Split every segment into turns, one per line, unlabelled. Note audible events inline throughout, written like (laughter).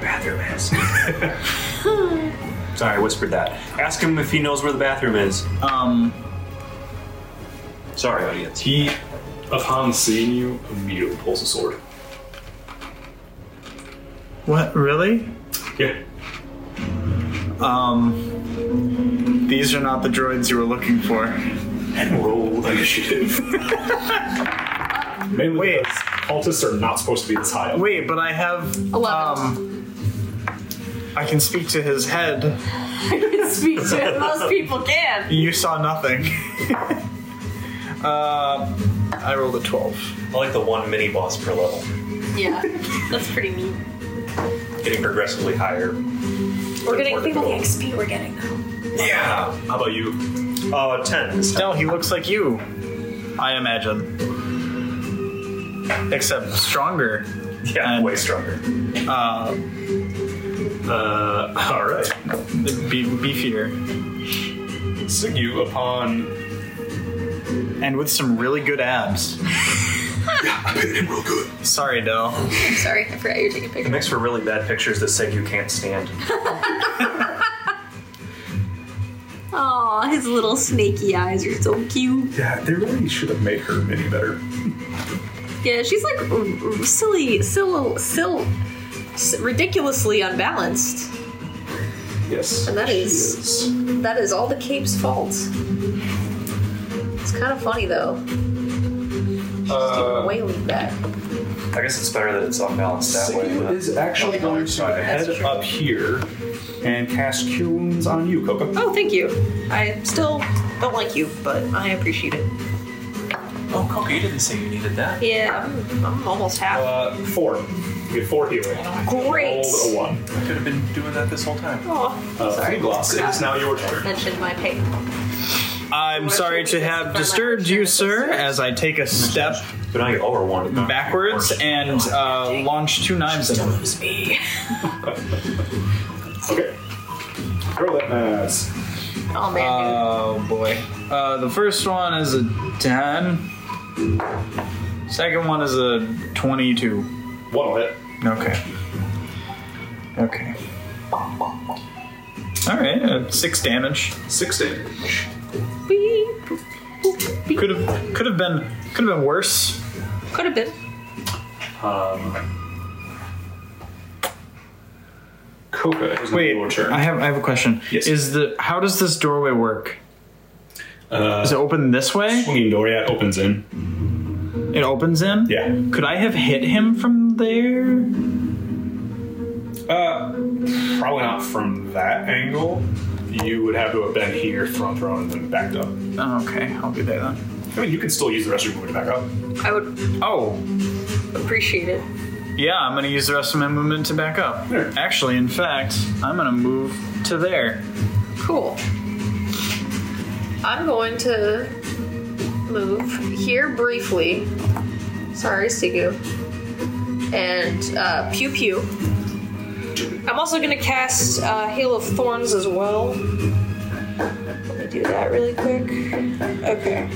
bathroom is. (laughs) Sorry, I whispered that. Ask him if he knows where the bathroom is.
Um,
Sorry, audience.
He, upon seeing you, immediately pulls a sword.
what really?
Yeah.
Um, these are not the droids you were looking for.
And roll
(laughs)
initiative. Mainly
Wait.
because cultists are not supposed to be this high up.
Wait, but I have.
Eleven.
Um, I can speak to his head.
(laughs) I can speak to it. Most people can.
You saw nothing. (laughs) uh, I rolled a twelve.
I like the one mini boss per level,
Yeah, that's pretty neat.
getting progressively higher.
We're getting. Think about the XP we're getting though.
Yeah. How about you? Uh, ten. this time.
No, he looks like you. I imagine. Except stronger.
Yeah,
and-
way stronger.
Uh,
Uh, (laughs) all right.
be- beefier.
Sigyu, upon
And with some really
(laughs)
good abs.
I paid him real good.
Sorry, Dell.
I'm sorry, I forgot you're taking
It
pictures.
makes for really bad pictures that say you can't stand.
Aw, his little snaky eyes are so cute.
Yeah, they really should have made her mini better.
Yeah, she's like r- r- silly, silly, silly, ridiculously unbalanced.
Yes.
And that
she
is-
is.
That is all the cape's fault. It's kind of funny though.
Uh,
Way lean back.
I guess it's better that it's unbalanced that way.
Sigyu is actually going to head up here and cast Cure Wounds on you, Coco.
Oh, thank you. I still don't like you, but I appreciate it.
Oh, Coco, you didn't say you needed that.
Yeah, I'm, I'm almost half.
Uh, four. You get four healing.
Great.
Rolled a one.
I could have been doing that this whole time.
Oh,
Uh,
sorry.
Fugloss, it is now your turn.
Mentioned my pain.
I'm sorry to have disturbed you, sir, as I take a step
But now you over one.
backwards and uh, launch two knives at him.
Lose me.
Okay. Throw that ass.
Oh man.
Oh boy. Uh, the first one is a 10. Second one is a 22.
One will hit.
Okay. Okay. Alright, uh, six damage.
Six damage.
Could have could have been could have been worse.
Could have been.
Coca, it's
Wait,
your turn.
I have I have a question.
Yes.
Is the how does this doorway work?
Uh,
Is it open this way?
swinging door, yeah, it opens in.
It opens in?
Yeah.
Could I have hit him from there?
Uh, probably not from that angle. You would have to have been here, thrown, thrown, and then backed up.
Oh, okay, I'll be there then.
I mean, you can still use the rest of your movement to back up.
I would
Oh,
appreciate it.
yeah, I'm gonna use the rest of my movement to back up.
Sure.
Actually, in fact, I'm gonna move to there.
Cool. I'm going to move here briefly. Sorry, Sigu. And uh, pew pew. I'm also going to cast uh, Hail of Thorns as well. Let me do that really quick. Okay.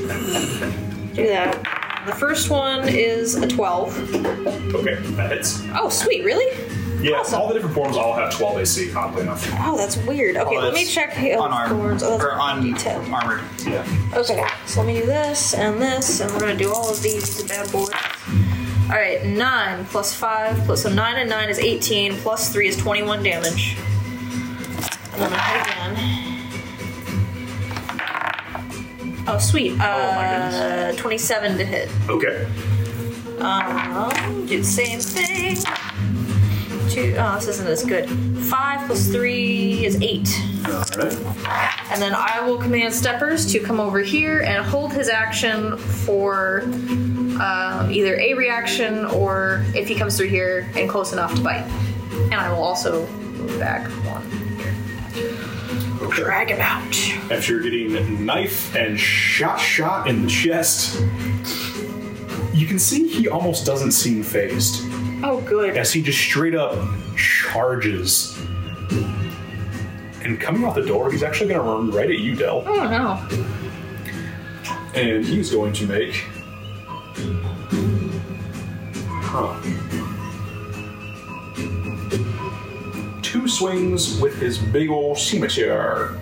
Do that. The first one is a 12.
Okay, that hits.
Oh, sweet, really?
Yeah,
Awesome.
all the different forms all have 12 AC, oddly enough.
Oh, that's weird. Okay,
Oh,
let me
that's
check Hail of
unarmed
Thorns. Oh, that's
or
D10.
unarmored.
Yeah.
Okay, so let me do this and this, and we're gonna do all of these bad boys. All right, nine plus five plus so nine and nine is eighteen. Plus three is twenty-one damage. And then I hit again. Oh sweet! Uh, twenty-seven to hit.
Okay.
Um, do the same thing. Two. Oh, this isn't as good. Five plus three is eight.
Alright.
And then I will command Steppers to come over here and hold his action for um, either a reaction or if he comes through here and close enough to bite. And I will also move back one here. Drag him out.
After you're getting knife and shot shot in the chest, you can see he almost doesn't seem phased
Oh, good.
as he just straight up charges. And coming out the door, he's actually going to run right at you, Dell.
Oh, no.
and he's going to make. Huh. two swings with his big ol' scimitar.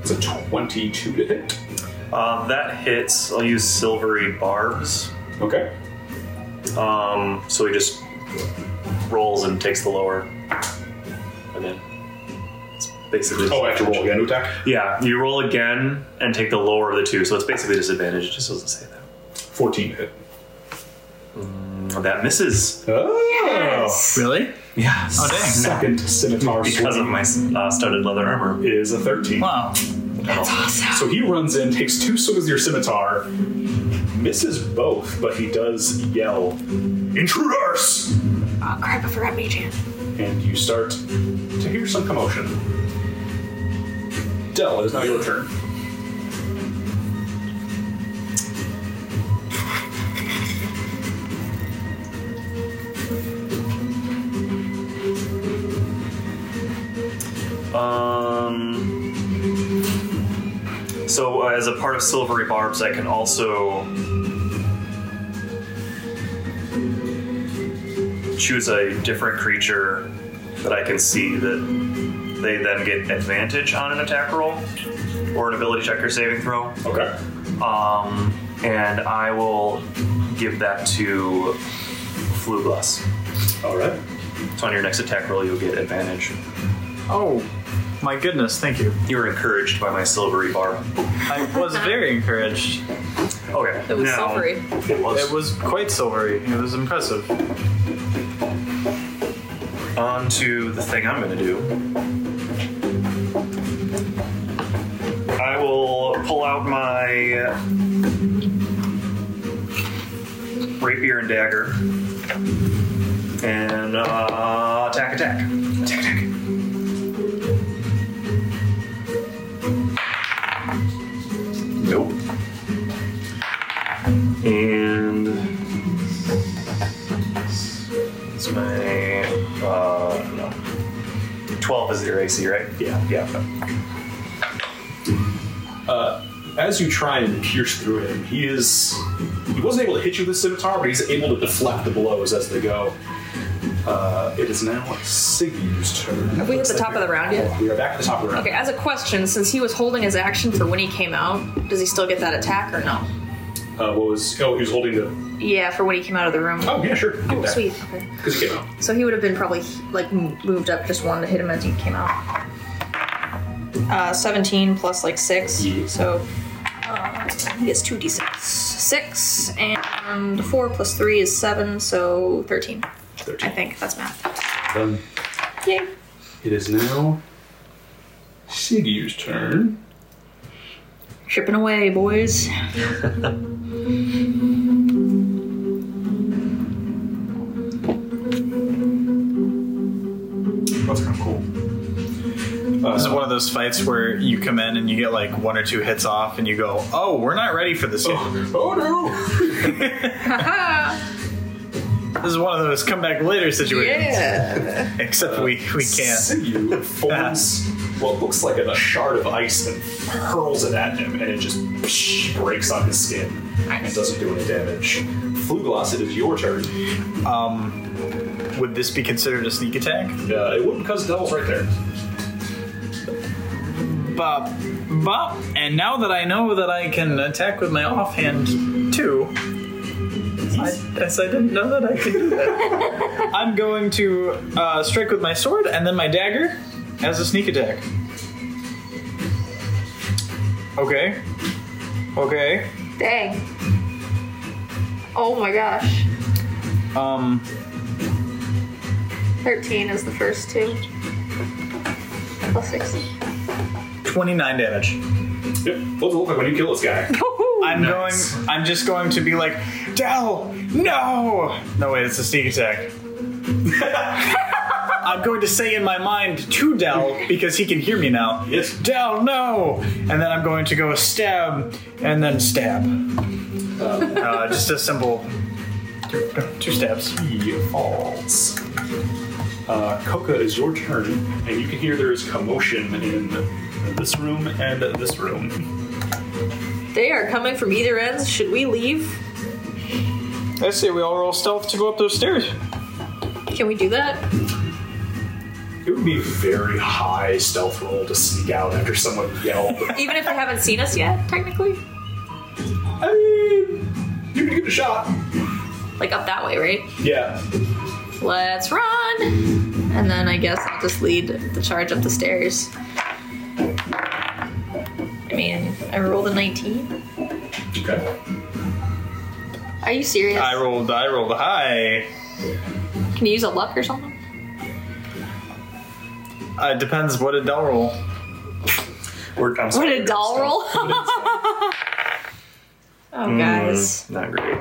It's a 22 to hit.
Uh, that hits. I'll use silvery barbs.
Okay.
Um, so he just rolls and takes the lower. And then it's basically.
Oh, I have to roll again to attack.
Yeah, you roll again and take the lower of the two, so it's basically disadvantage. It just doesn't say that.
14 to hit.
That misses
Oh!
Really?
Yeah.
Oh, dang.
Second scimitar
Because of
swing
my uh, studded leather armor.
is a 13.
Wow.
So he runs in, takes two swings with your scimitar, misses both, but he does yell, Intruders!
Oh crap! I forgot Majan.
And you start to hear some commotion. Dell, it is now your turn.
Um. So, uh, as a part of Silvery Barbs, I can also choose a different creature that I can see that they then get advantage on an attack roll or an ability check or saving throw.
Okay.
Um, and I will give that to Fluglass.
Alright.
So on your next attack roll, you'll get advantage.
Oh, my goodness. Thank you.
You were encouraged by my silvery barb.
I
(laughs)
was very encouraged.
Okay.
It was
now-
silvery.
It was.
It was quite silvery. It was impressive.
On to the thing I'm going to do. I will pull out my uh, rapier and dagger and uh, attack, attack. Attack, attack. Nope. And. It's my uh no. Twelve is your AC, right? Yeah, yeah.
Uh, As you try and pierce through him, he is. He wasn't able to hit you with the scimitar, but he's able to deflect the blows as they go. Uh, it is now Siggy's turn.
we hit the top of the round yet?
We are back at the top of the round.
Okay. As a question, since he was holding his action for when he came out, does he still get that attack or no?
Uh, what was. Oh, he was holding the.
Yeah, for when he came out of the room.
Oh, yeah, sure.
Oh, sweet. Okay.
Because he came out.
So he would have been probably like m- moved up, just wanted to hit him as he came out. Uh, 17 plus like 6. So uh, he gets 2d6. 6 and 4 plus 3 is 7, so 13.
13.
I think that's math.
Done.
Yay.
It is now Siggy's turn.
Chipping away, boys.
That's kind of cool.
This is one of those fights where you come in and you get like one or two hits off, and you go, "Oh, we're not ready for this." Yet.
Oh no!
This is one of those come back later situations. Except we we can't.
Siggy folds what looks like a shard of ice and hurls it at him, and it just psh, breaks on his skin and doesn't do any damage. Fluglass, it is your turn.
Would this be considered a sneak attack?
Uh, it wouldn't because Devil's right there.
Bop, bop. And now that I know that I can attack with my offhand too, I guess I didn't know that I could do that. I'm going to uh, strike with my sword and then my dagger as a sneak attack. Okay. Okay.
Dang. Oh my gosh.
Um,
13 is the first two. Plus 6.
29 damage.
Yep. What does it look like when you kill this guy?
(laughs)
I'm
Nice.
going. I'm just going to be like, Dell, no, no wait, it's a sneak attack. I'm going to say in my mind to Dell because he can hear me now.
Yes.
Dell, no, and then I'm going to go stab and then stab. Uh, just a simple two, two stabs.
He falls. Uh, Coca, it is your turn, and you can hear there is commotion in this room and this room.
They are coming from either ends. Should we leave?
I say we all roll stealth to go up those stairs.
Can we do that?
It would be a very high stealth roll to sneak out after someone yelled.
Even if they haven't seen us yet, technically.
I mean, you could give it a shot.
Like up that way, right?
Yeah.
Let's run! And then I guess I'll just lead the charge up the stairs. I mean, I rolled a 19.
Okay.
Are you serious?
I rolled. I rolled high.
Can you use a luck or something?
Uh, it depends what a doll roll.
We're, I'm
What
sorry,
a doll roll! oh,
(laughs) Oh,
guys.
Not great.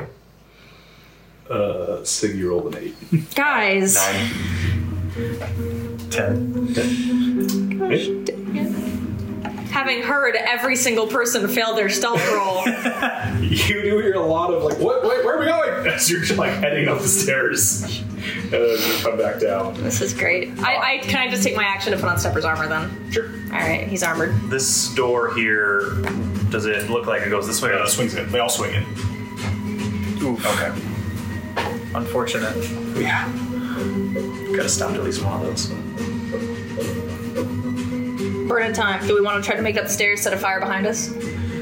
Uh, Siggy rolled an eight.
Guys!
Mm. Nine.
Ten.
Having heard every single person fail their stealth
(laughs)
roll,
You do hear a lot of like, what, wait, where are we going? (laughs) As you're like heading up the stairs, and then you come back down.
this is great. I, I can I just take my action to put on Stepper's armor then?
Sure.
All right, he's armored.
This door here, does it look like it goes this way or
Uh,
this way?
swings it. They all swing it.
Okay.
Oh, Unfortunate.
Yeah.
Gotta stop at least one of those.
We're in time. Do we want to try to make it upstairs, set a fire behind us?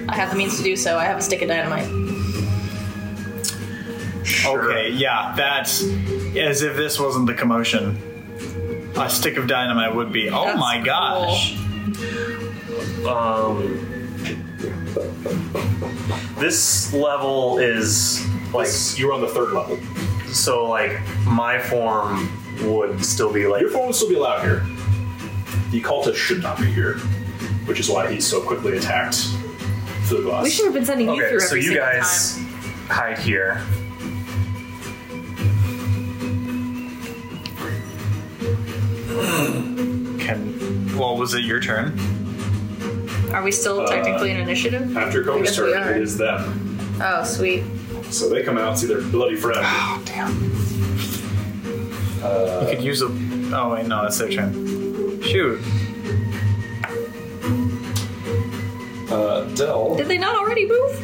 I have the means to do so. I have a stick of dynamite.
Sure.
Okay. Yeah. That's as if this wasn't the commotion. A stick of dynamite would be. Oh
That's
my gosh.
Um, this level is like
You're on the third level.
so. Like my form would still be like
Your phone will still be allowed here. The cultist should not be here, which is why he's so quickly attacked through the glass.
We should have been sending you
okay.
through
So
every
you
single
guys
time.
hide here.
Can. Well, was it your turn?
Are we still technically in initiative?
After Coma's
guess we
turn,
are.
it is them.
Oh, sweet.
So they come out and see their bloody friend.
Oh damn. you could use a. Oh wait, no, that's their turn. Shoot.
Uh,
(laughs)
Dell.
Did they not already move?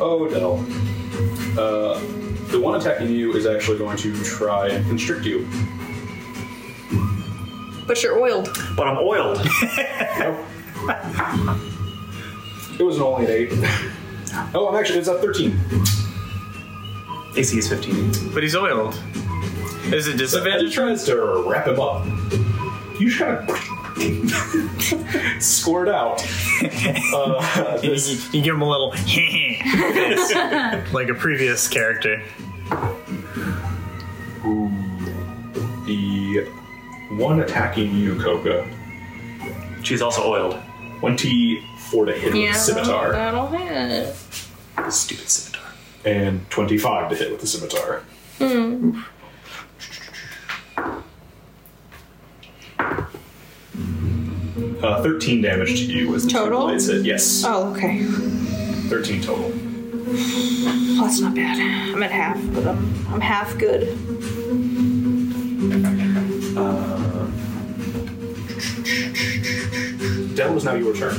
Oh, Dell. Uh, the one attacking you is actually going to try and constrict you.
But you're oiled.
But I'm oiled. (laughs)
Nope. it was an only an eight. Oh, I'm actually, it's a 13.
AC is 15.
But he's oiled. Is
And
it
he
disadvantage?
tries to wrap him up. You
(laughs)
try to squirt out. Uh,
(laughs)
You,
this-
you give him a little (laughs) like a previous character.
the one attacking you, Coca,
She's also oiled.
24 to hit with the scimitar,
That'll hit.
Stupid scimitar.
and 25 to hit with the scimitar.
Hmm.
Uh, 13 damage to you as the two
Total?
blades hit. Yes,
Oh, okay.
13 total.
Well, that's not bad. I'm at half, but I'm, I'm half good.
Dell is now your turn.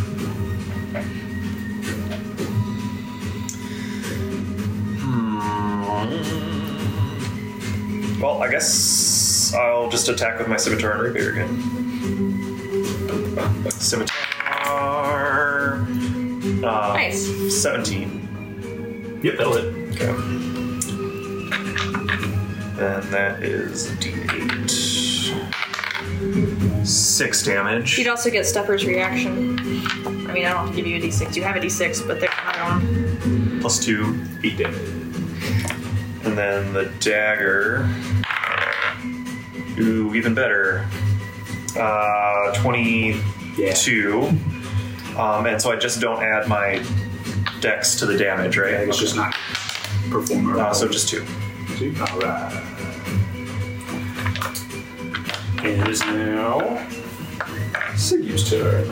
Hmm. Well, I guess I'll just attack with my scimitar and rapier again. Scimitar. Uh,
Nice.
17.
Yep, that'll hit.
Okay. And that is a d8. Six damage.
You'd also get Stepper's reaction. I mean, I don't have to give you a d6. You have a d6, but they're not on.
Plus two.
8 damage.
And then the dagger. Ooh, even better. Uh, 22. Um, and so I just don't add my dex to the damage, right?
It's just not performer.
Uh, so just two.
Alright. It is now Siggy's turn.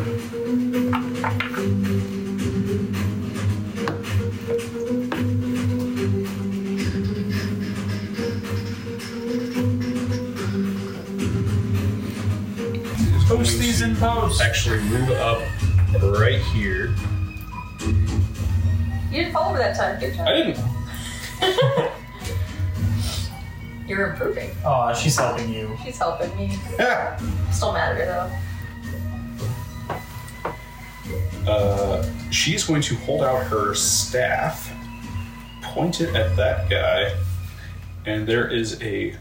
Post these in post.
Actually, move up right here.
You didn't fall over that time, did you?
I didn't.
You're improving.
Aw, she's helping you.
She's helping me.
Yeah.
I'm still mad at her though.
Uh, she's going to hold out her staff, point it at that guy, and there is a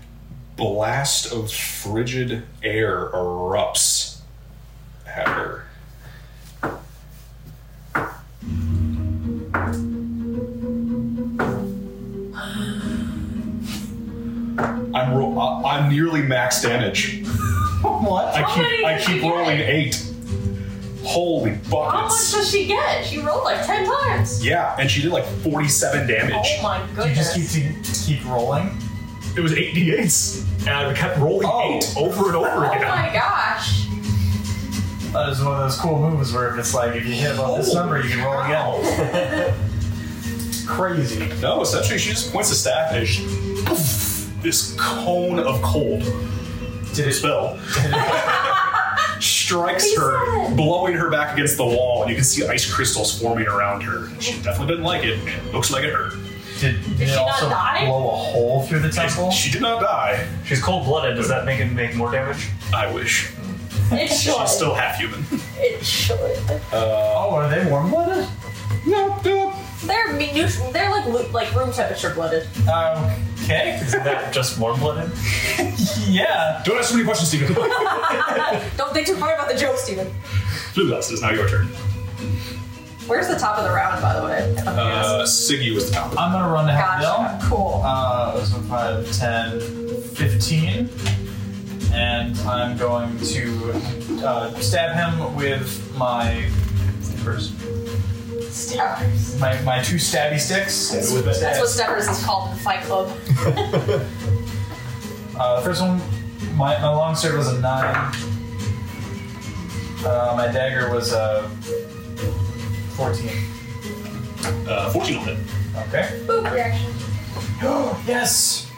blast of frigid air erupts at her. I'm, ro- I- I'm nearly max damage.
(laughs)
What?
I
How
keep,
many
I
did
keep
you get?
rolling eight. Holy buckets.
How much does she get? She rolled like ten times.
Yeah, and she did like 47 damage.
Oh my
Do you
goodness.
just keep to keep rolling?
It was 8d8s, and I kept rolling
Oh.
8 over and over
oh
again.
my gosh.
That is one of those cool moves where if it's like if you hit above this number, you can roll again. (laughs) Crazy.
No, essentially, she just points the staff and she, poof, this cone of cold
Did it?
spell strikes her,
Lisa.
blowing her back against the wall, and you can see ice crystals forming around her. She definitely didn't like it. It looks like it hurt.
Did, did,
she
it
not
also
die?
blow a hole through the temple?
She did not die.
She's cold blooded. Does that make him make more damage?
I wish.
It should.
She's still half human.
It should.
Oh, are they warm blooded?
no, no.
They're minute. They're like lo- like room temperature blooded. (laughs)
(laughs)
Okay.
Is that just warm blooded?
(laughs) Yeah.
Don't ask so many questions, (laughs) Stephen.
Don't think too hard about the joke, Steven.
Blue dust is now your turn.
Where's the top of the round, by the way?
Uh, Siggy was the top.
I'm gonna run to half
gosh,
Bill.
cool.
Uh, it was a 5, 10, 15. And I'm going to uh, stab him with my first,
Steppers.
my, my two stabby sticks.
with it.
That's what steppers is called in Fight Club.
Uh, first one, my, my long sword was a nine. Uh, my dagger was a fourteen.
Uh, 14 will hit.
Okay. (gasps)
Boop reaction.
yes.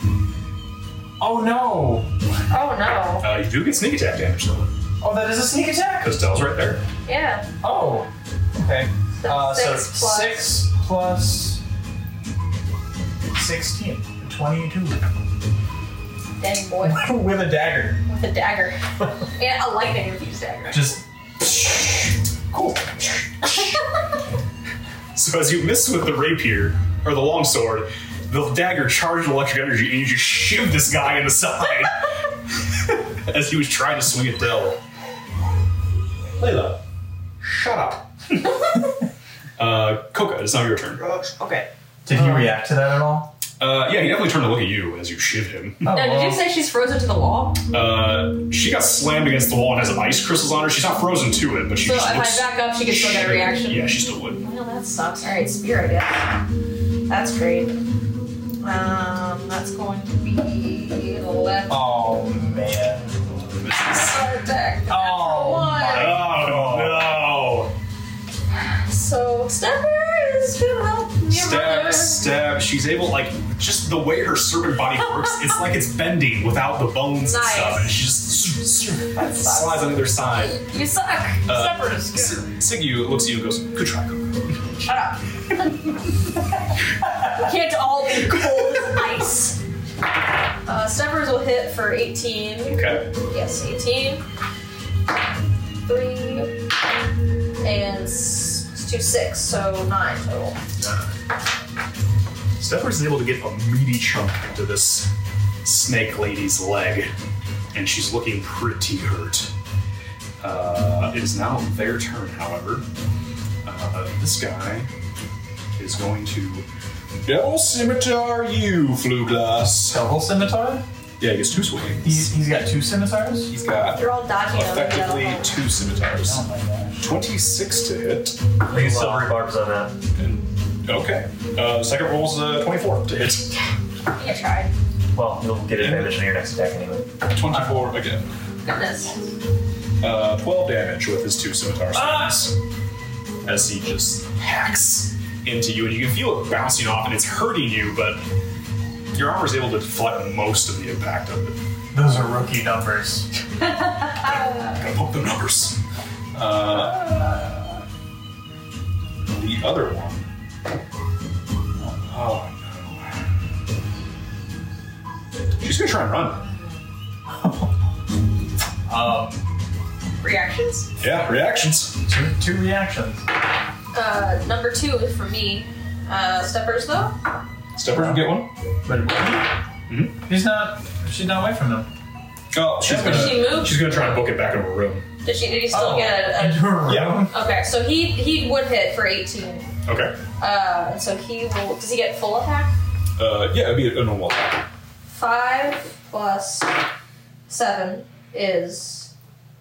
Oh no!
Oh no.
Uh, you do get sneak attack damage though,
Oh, that is a sneak attack.
because Dell's right there.
Yeah.
Oh. Okay.
So
uh, so
six plus-
six plus sixteen. 22
Danny boy
(laughs) with a dagger.
with a
(laughs)
dagger and a lightning infused dagger.
Just
Cool. so as you miss with the rapier or the longsword, the dagger charged with electric energy, and you just shiv this guy in the side (laughs) as he was trying to swing at Dell. Layla, shut
(laughs)
up. uh, Coca, it's now your turn. Uh,
Okay.
did he react to that at all?
yeah, he definitely turned to look at you as you shiv him.
Oh,
Now, did
well.
you say she's frozen to the wall?
Uh, she got slammed against the wall and has ice crystals on her. She's not frozen to it, but she
So if
just
I
looks
back up, she can still get a
shivering.
reaction.
Yeah, she still would.
Well, that sucks. All right, spear, I guess. That's great. Um, that's going to be eleven.
oh man.
Side attack.
Oh,
One.
uh,
Oh
So Stepper is gonna help your brother.
Stab, stab. She's able, like, just the way her serpent body works, it's like it's bending without the bones and
Nice.
stuff. And she just
sucks.
slides on the other side.
You suck. Stepper is
S-
good.
Sigyu looks at you and goes, Good try, Coco.
Shut up. we can't all be cold as ice. Uh, Steppers will hit for 18.
Okay.
Yes, 18. Three and s- two six, so nine total.
Steppers is able to get a meaty chunk into this snake lady's leg, and she's looking pretty hurt. Uh, it is now their turn, however. Uh, this guy is going to double scimitar you, Fluglass.
Double scimitar?
Yeah, he gets two swings.
He's, he's got two scimitars?
He's got
They're all dodging him.
effectively two
Oh
scimitars.
my gosh.
26 to hit.
Use silvery barbs on that.
And, okay. Uh, second roll's uh, 24 to hit.
You tried.
Well, you'll get advantage on your next attack anyway.
24 again.
Goodness.
uh, 12 damage with his two scimitar swings. As he just hacks into you, and you can feel it bouncing off, and it's hurting you, but your armor is able to deflect most of the impact of it.
Those are rookie numbers.
Gotta poke the numbers. Uh, the other one. Oh no. She's gonna try and run.
Um,
Reactions?
Yeah, reactions.
two, two reactions.
Uh, number two is for me. Uh, steppers though?
Steppers will get one.
But Mm-hmm. he's not. She's not away from him.
Oh, she's
Did she
gonna.
move?
She's gonna try and book it back in her room.
Did she? Did he still
(laughs)
get
In
a,
her
Yeah.
room?
a? Okay, so he he would hit for 18.
Okay.
Uh, and so he will. Does he get full attack?
Uh, yeah, it'd be a normal attack.
Five plus seven is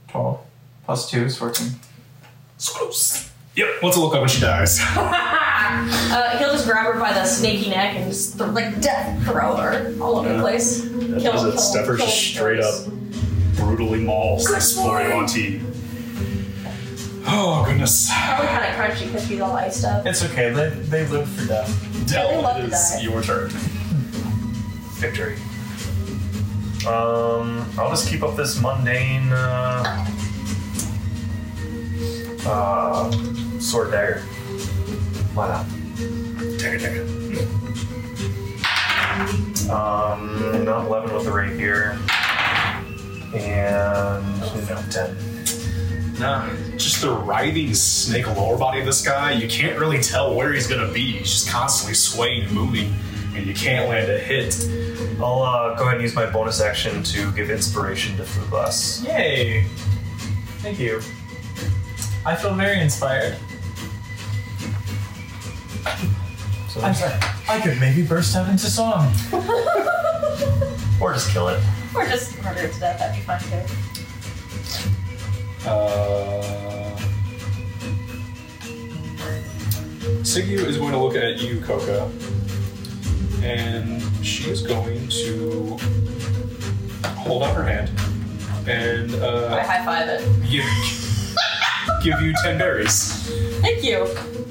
12. Plus 2 is 14.
So close. Yep. What's it look like when she dies? (laughs)
Uh, he'll just grab her by the snaky neck and just th- like death throw her all over the place. That
does it. Steppers just straight up Brutally mauls this
boy.
4AOT. Oh goodness.
Probably kind of crunchy because she's all iced up.
It's okay, they, they live for death.
Dell,
love
it is
to die.
your turn.
Victory. Um, I'll just keep up this mundane uh, uh, sword dagger. Why not?
Take it, take it.
Um, not 11 with the rapier. And no, 10.
Nah, just the writhing snake lower body of this guy, you can't really tell where he's gonna be. He's just constantly swaying and moving, and you can't land a hit.
I'll uh, go ahead and use my bonus action to give inspiration to Fubus.
Yay! Thank you. I feel very inspired.
So,
I'm sorry. I could maybe burst out into song.
Or just kill it.
Or just murder her to death. That'd be fun too.
Uh, Sigu is going to look at you, Coca, and she is going to hold out her hand and
I
uh,
high five it.
give, give you 10 berries.
Thank you.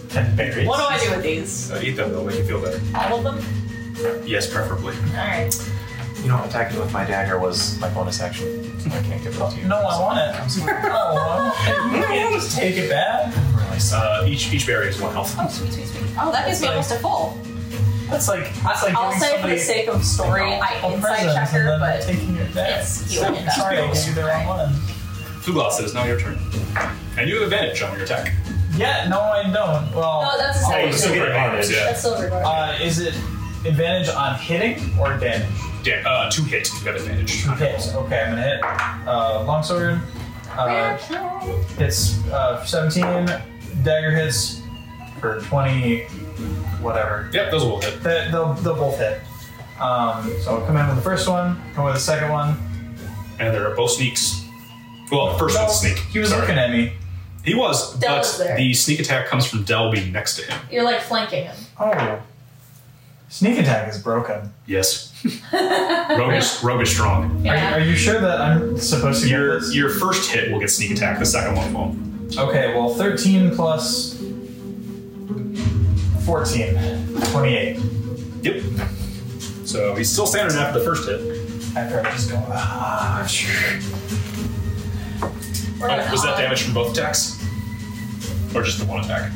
10 berries.
What do I do with these?
Uh, eat them, they'll make you feel better.
All of them?
Yes, preferably.
All right.
You know, attacking with my dagger was my bonus action. So I can't give it all to you.
No, I want it. I'm sorry. Oh, I want it. you can't just take it back.
Uh, each, each berry is one health.
Oh, sweet, sweet, sweet. Oh, that gives me almost a full.
That's like that's like
I'll
giving somebody
say for the sake of story, I
a present
inside
and
check her,
then
but
taking it back.
it's you
(laughs)
and
Sorry, I gave you the wrong one.
Fuglas, it is now your turn. And you have advantage on your attack.
Yeah, no, I don't. Well,
No, that's a
I'll-
second.
still get advantage.
Yeah.
That's silver bar.
Uh, is it advantage on hitting or damage?
yeah. Uh, two hit, you have advantage.
Hit. Okay, I'm gonna hit. Uh, longsword. Uh,
Reaction.
hits uh, 17. Dagger hits for 20. Whatever.
Yep, those will hit.
They, they'll, they'll both hit. Um, so I'll come in with the first one. Come with the second one.
And they're both sneaks. Well, first one's sneak.
He was
Sorry.
looking at me.
He was,
Del
but
was there.
the sneak attack comes from Del being next to him.
You're like flanking him.
Oh. Sneak attack is broken.
(laughs)
Yes. rogue, is, rogue is strong.
Are, you, are you sure that I'm supposed to
Your
get this?
your first hit will get sneak attack. The second one won't.
Okay, well, 13 plus 14. 28.
Yep. So he's still standing after the first hit.
After I just go, ah, sure.
We're
Oh, was that
on.
damage from both attacks? Or just the one attack?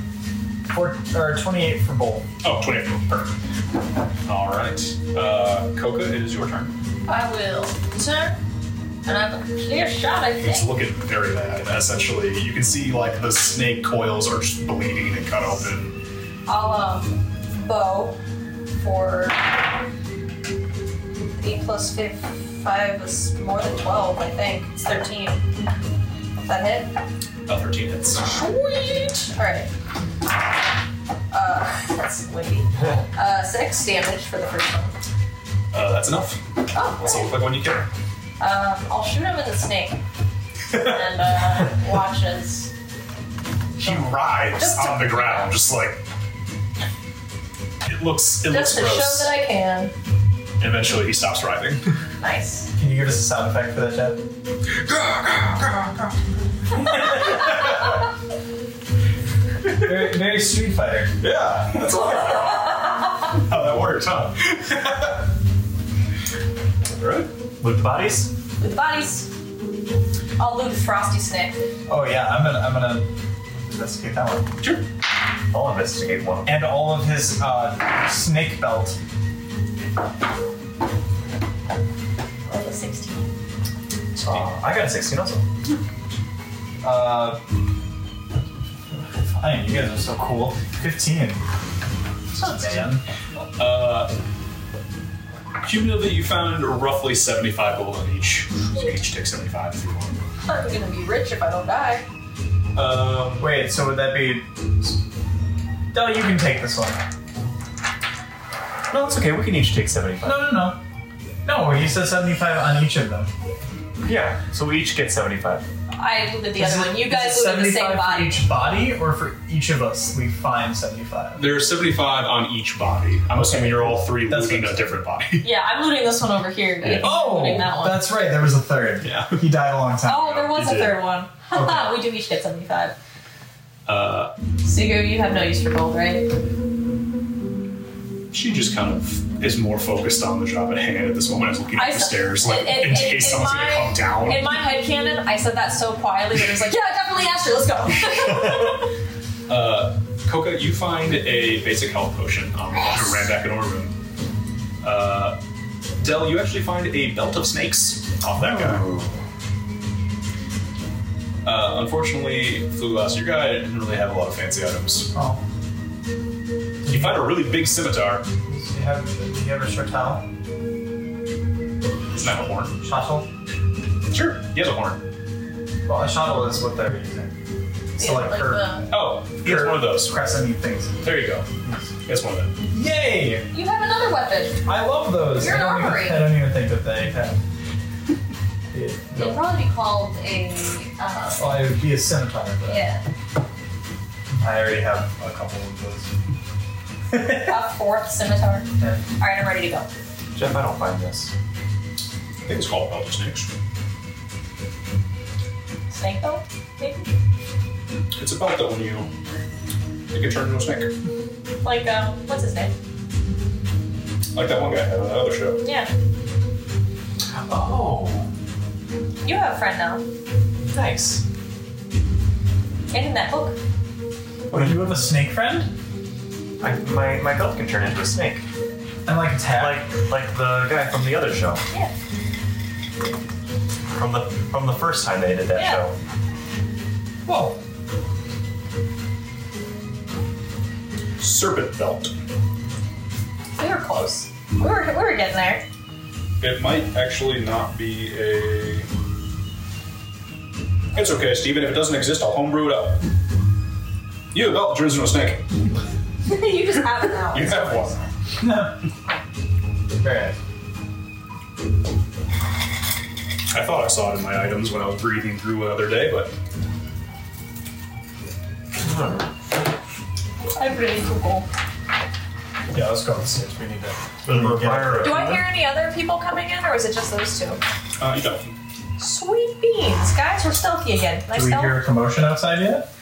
Four, or 28 for both.
Oh, 28. Perfect. All right. Uh, Coca, it is your turn.
I will turn, and I have a clear shot, I
It's
think.
looking very bad, essentially. You can see, like, the snake coils are just bleeding and cut open.
I'll um, bow for 8 plus 5, 5 is more than 12, I think. It's 13. That hit?
Uh, 13 hits.
Sweet! Alright. Uh, (laughs) that's windy. Uh, 6 damage for the first one.
Uh, that's enough.
Oh,
Let's
great.
look like one you care.
Um, I'll shoot him with a snake. and uh, watch as
He writhes on the ground, just like it looks. It
just to
looks gross.
show that I can.
Eventually, he stops writhing.
Nice.
Can you give us a sound effect for that, Jeff? very, very Street Fighter.
(laughs) yeah, that's all. (laughs) How Oh, that works, huh? all right.
Loot the bodies?
With the bodies. I'll loot Frosty Snake.
Oh yeah, I'm gonna I'm gonna investigate that one.
Sure.
I'll investigate one.
And all of his uh, snake belt.
16.
Uh, I got a 16 also. Uh, fine, you guys are so cool. 15. Man.
Cumulatively, you found roughly 75 gold on each. You can each take 75 if you want.
I'm gonna be rich if I don't die.
Um,
Uh, Wait, so would that be. No, you can take this one. No, it's okay. We can each take 75.
No, no, no. No, he says 75 on each of them.
Yeah, so we each get 75.
I looted the
Is
other
it-
one. You
is
guys
it
live in the
75
same
for
body.
each body, or for each of us, we find 75?
there are 75 on each body. I'm assuming you're all three
That's
looting
what
a
I'm
different body.
Yeah, I'm looting this one over here. Yeah.
Oh,
looting that one.
that's right. There was a third.
Yeah.
He died a long time.
oh, there was
You
a
did.
third one. (laughs) Haha, we do each get 75.
Uh,
Sigo, you have no use for gold, right?
she just kind of is more focused on the job at hand at this moment. Is looking
I
up the
s-
stairs, like
in- in-
in case
in
someone's
my-
gonna come down.
In my head canon, I said that so quietly that it was like, yeah, definitely Asher, let's go.
Uh, Coca, you find a basic health potion um, on the walk right back in our room. Uh, Dell, you actually find a belt of snakes off that guy. Uh, unfortunately, flew last. Your guy didn't really have a lot of fancy items.
Oh.
You find a really big scimitar.
Oh.
Do you have, do you have a short towel?
It's not a horn.
Shuttle?
Sure, he has a horn.
Well, a shuttle is what they're using. So,
Yeah,
like,
like
her
the-
Oh, he has
Sure.
one of those.
crescent you things.
There you go. He has one of them.
Yay!
you have another weapon.
I love those.
You're
I,
an
don't
armory.
even, I don't even think that they have. Yeah,
It'd
no.
probably be called a. Uh,
Well, it Oh, would be a scimitar, but
yeah,
I already have a couple of those.
a fourth scimitar.
Yeah.
Alright, I'm ready to go.
Jeff, I don't find
I
this.
think it's called a belt of snakes.
Snake belt? Maybe?
It's a belt that when you it can turn into a snake,
Like, um, what's his name?
like that one guy had on that other show.
Yeah.
Oh,
You have a friend now.
nice.
And in that book.
What, do you have a snake friend?
I, my my belt can turn into a snake,
And like a tag?
like like the guy from the other show,
Yeah.
from the from the first time they did that
Yeah.
show.
whoa.
Serpent belt.
We were close. We were, we were getting there. (laughs)
It might actually not be a. It's okay, Steven. If it doesn't exist, I'll homebrew it up. You have a belt that turns into a snake.
you just have it now.
You have one.
Very nice.
I thought I saw it in my items when I was breathing through the other day, but
I'm ready to go.
Yeah, let's go upstairs. We need to. Require
Do I hear any other people coming in, or is it just those two?
uh, you don't.
Sweet beans, guys, we're stealthy again. Nice
Do we
stealth.
hear a commotion outside yet?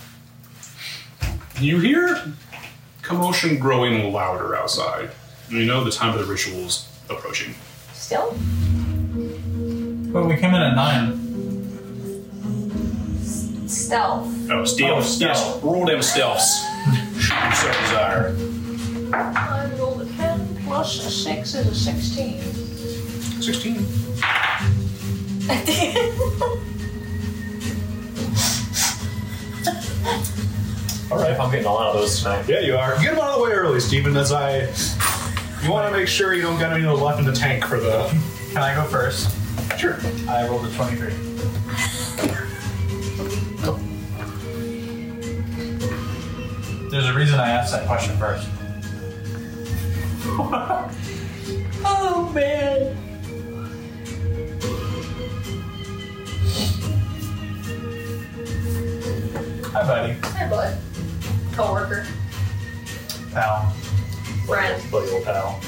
You hear commotion growing louder outside. You know the time of the ritual is approaching.
Still?
Well, we came in at 9.
Stealth.
Oh, stealth.
Oh, stealth.
Yes, roll them (laughs) stealths. Should you so desire.
I rolled a 10 plus a 6 is a 16.
16.
All right, I'm getting a lot of those tonight.
Yeah, you are. Get them out of the way early, Steven, as I. You want to make sure you don't got any left in the tank for the.
Can I go first?
Sure.
I rolled a 23.
There's a reason I asked that question first.
(laughs) oh man.
Hi, buddy.
Hi, bud. Coworker.
Pal.
Friend.
Buddy, old pal.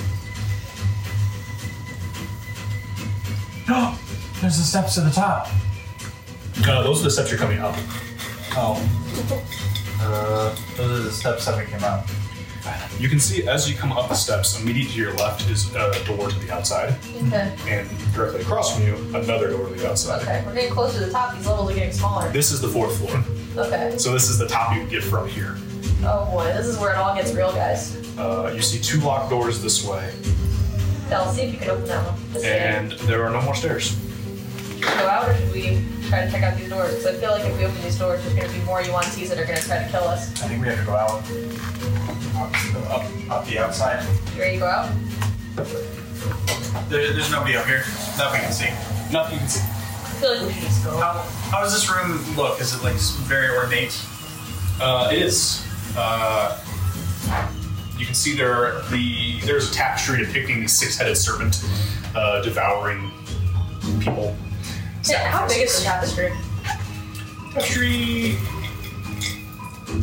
No! (gasps) There's the steps to the top.
Uh, those are the steps you're coming up.
Oh. Uh, those are the steps that we came out.
You can see as you come up the steps, immediately to your left is a door to the outside,
Okay.
and directly across from you, another door to the outside.
Okay, we're getting closer to the top. These levels are getting smaller.
This is the fourth floor,
Okay.
so this is the top you can get from here.
Oh boy, this is where it all gets real, guys.
Uh, you see two locked doors this way,
Del, see if you can open that one. Let's see.
and there are no more stairs.
Go out, or should we we try to check out these doors? Because I feel like if we open these doors, there's going to be more UNTs that are going to try to kill us.
I think we have to go out. Up, up, up the outside.
You ready to go out?
There, there's nobody up here that we can see. Nothing you can see.
I feel like we should just go.
How, how does this room look? Is it like very ornate?
Uh, it is. Uh, you can see there are the there's a tapestry depicting the six-headed serpent uh, devouring people.
Yeah, how big is the tapestry?
Tapestry.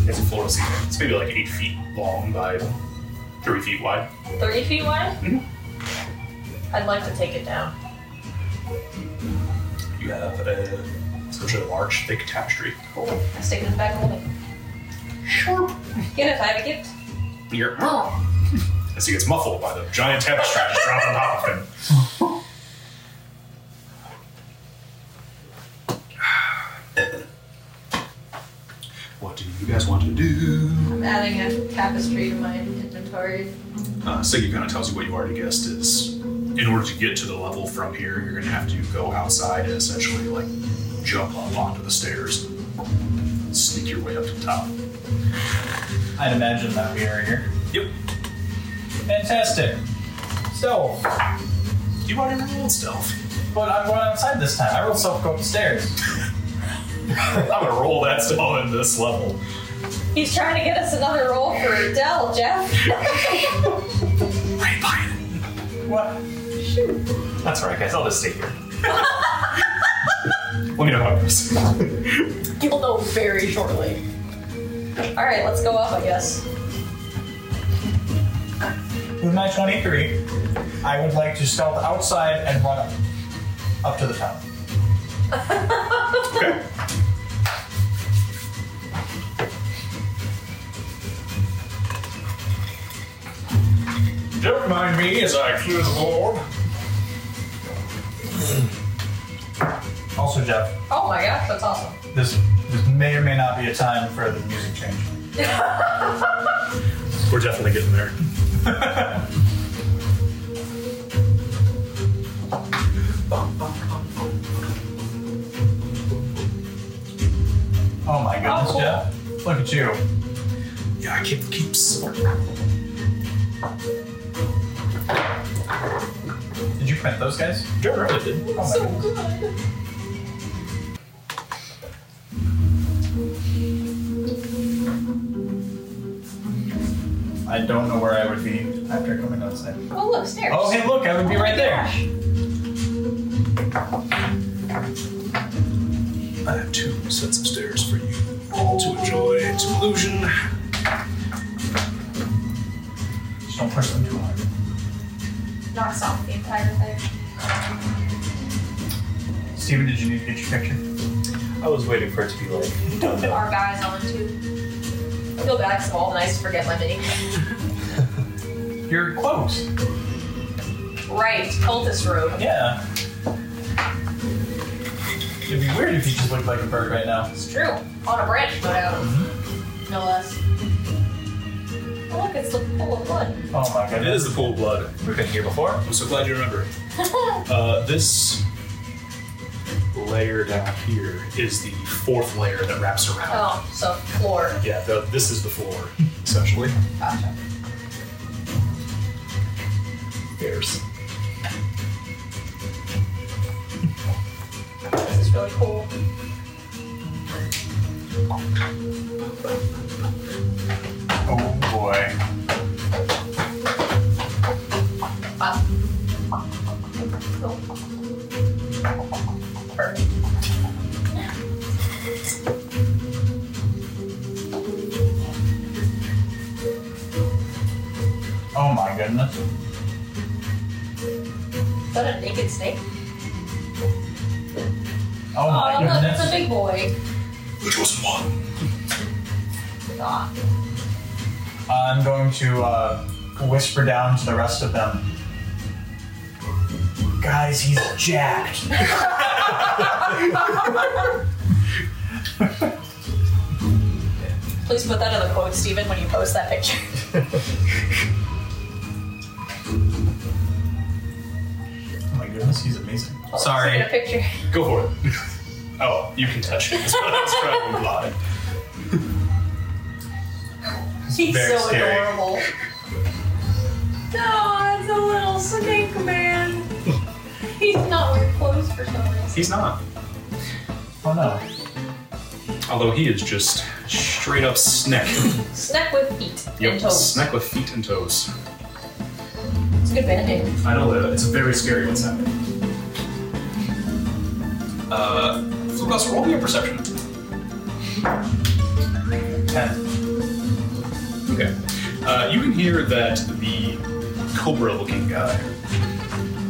It's a floor to ceiling. It's maybe like eight feet long by three feet wide.
30 feet wide? I'd like to take it down.
You have a such a large, thick tapestry.
Cool. I stick it in the back holding. Sharp. You know, if I have a gift.
You're,
Oh.
as he gets muffled by the giant tapestry just dropped on top of him. what do you guys want to do?
I'm adding a tapestry to my inventory.
Uh, Siggy kind of tells you what you already guessed is in order to get to the level from here, you're going to have to go outside and essentially like jump up onto the stairs and sneak your way up to the top.
I'd imagine that would be right here.
Yep.
Fantastic. So,
You already rolled stealth. (laughs)
but I'm going outside this time. I rolled self go upstairs.
I'm going to roll that stealth in this level.
He's trying to get us another roll for Adele, Jeff.
Right behind it.
What?
That's right, guys. I'll just stay here. (laughs)
Let me know how it goes.
You'll know very shortly. Alright, let's go up, I guess.
With my 23, I would like to stealth outside and run up, up to the top.
okay. Don't mind me as I clear the board.
Also, Jeff,
Oh my gosh, that's awesome.
this, this may or may not be a time for the music change.
We're definitely getting there.
Oh my goodness,
cool.
Jeff. Look at you.
Yeah, I keep keeps.
Did you print those guys?
Don't really did.
Oh my goodness. I don't know where I would be after coming outside.
Oh look, stairs.
Oh, hey, look, I would be right there.
I have two sets of stairs for you all to enjoy. It's an illusion.
Just don't push them too hard.
Knocks off the entire thing.
Steven, did you need to get your picture?
I was waiting for it to be like
Our guys on too. I feel bad because I'm all nice to forget my mini.
You're close.
Right, Cultist Road.
Yeah. It'd be weird if you just looked like a bird right now.
It's true. On a branch, no doubt. No less. Oh look, it's the pool of blood.
Oh my
It
goodness.
is the pool of blood.
We've been here before.
I'm so glad you
(laughs)
remember. uh, this layer down here is the fourth layer that wraps around.
Oh, so floor.
Yeah, the, this is the floor, essentially.
Gotcha.
There's.
This is really cool.
Oh boy.
Wow. Oh, Cool. Perfect.
Oh my goodness.
Is that a naked snake?
Oh my
Oh, look,
goodness.
it's a big boy.
Which was one.
Ah,
I'm going to uh, whisper down to the rest of them. Guys, he's jacked.
please put that in the quote, Steven, when you post that picture.
Oh my goodness, he's amazing.
Oh,
Sorry.
Let's get a picture.
Go for it. (laughs) Oh, you can touch it. That's what I was trying to imply.
He's
Very
so
scary.
adorable. No, it's a little snake man. He's not wearing clothes for some reason.
He's not.
Oh no.
Although he is just straight up snack.
Snack with feet and toes.
Snack with feet and toes.
It's a good band name.
I know that it's very scary what's happening. Uh, Flugas, roll me a perception.
Ten.
Okay. Uh, you can hear that the cobra-looking guy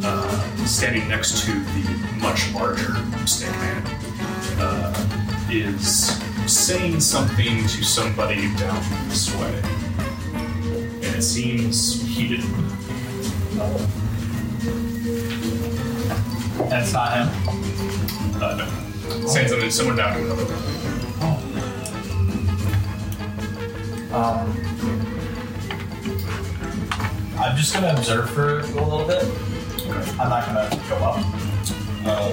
uh, standing next to the much larger snake man uh, is saying something to somebody down this way, and it seems heated.
That's not him.
Uh, no. Saying something to someone down to another one.
Um, I'm just gonna observe for a little bit. I'm not gonna go up.
Uh,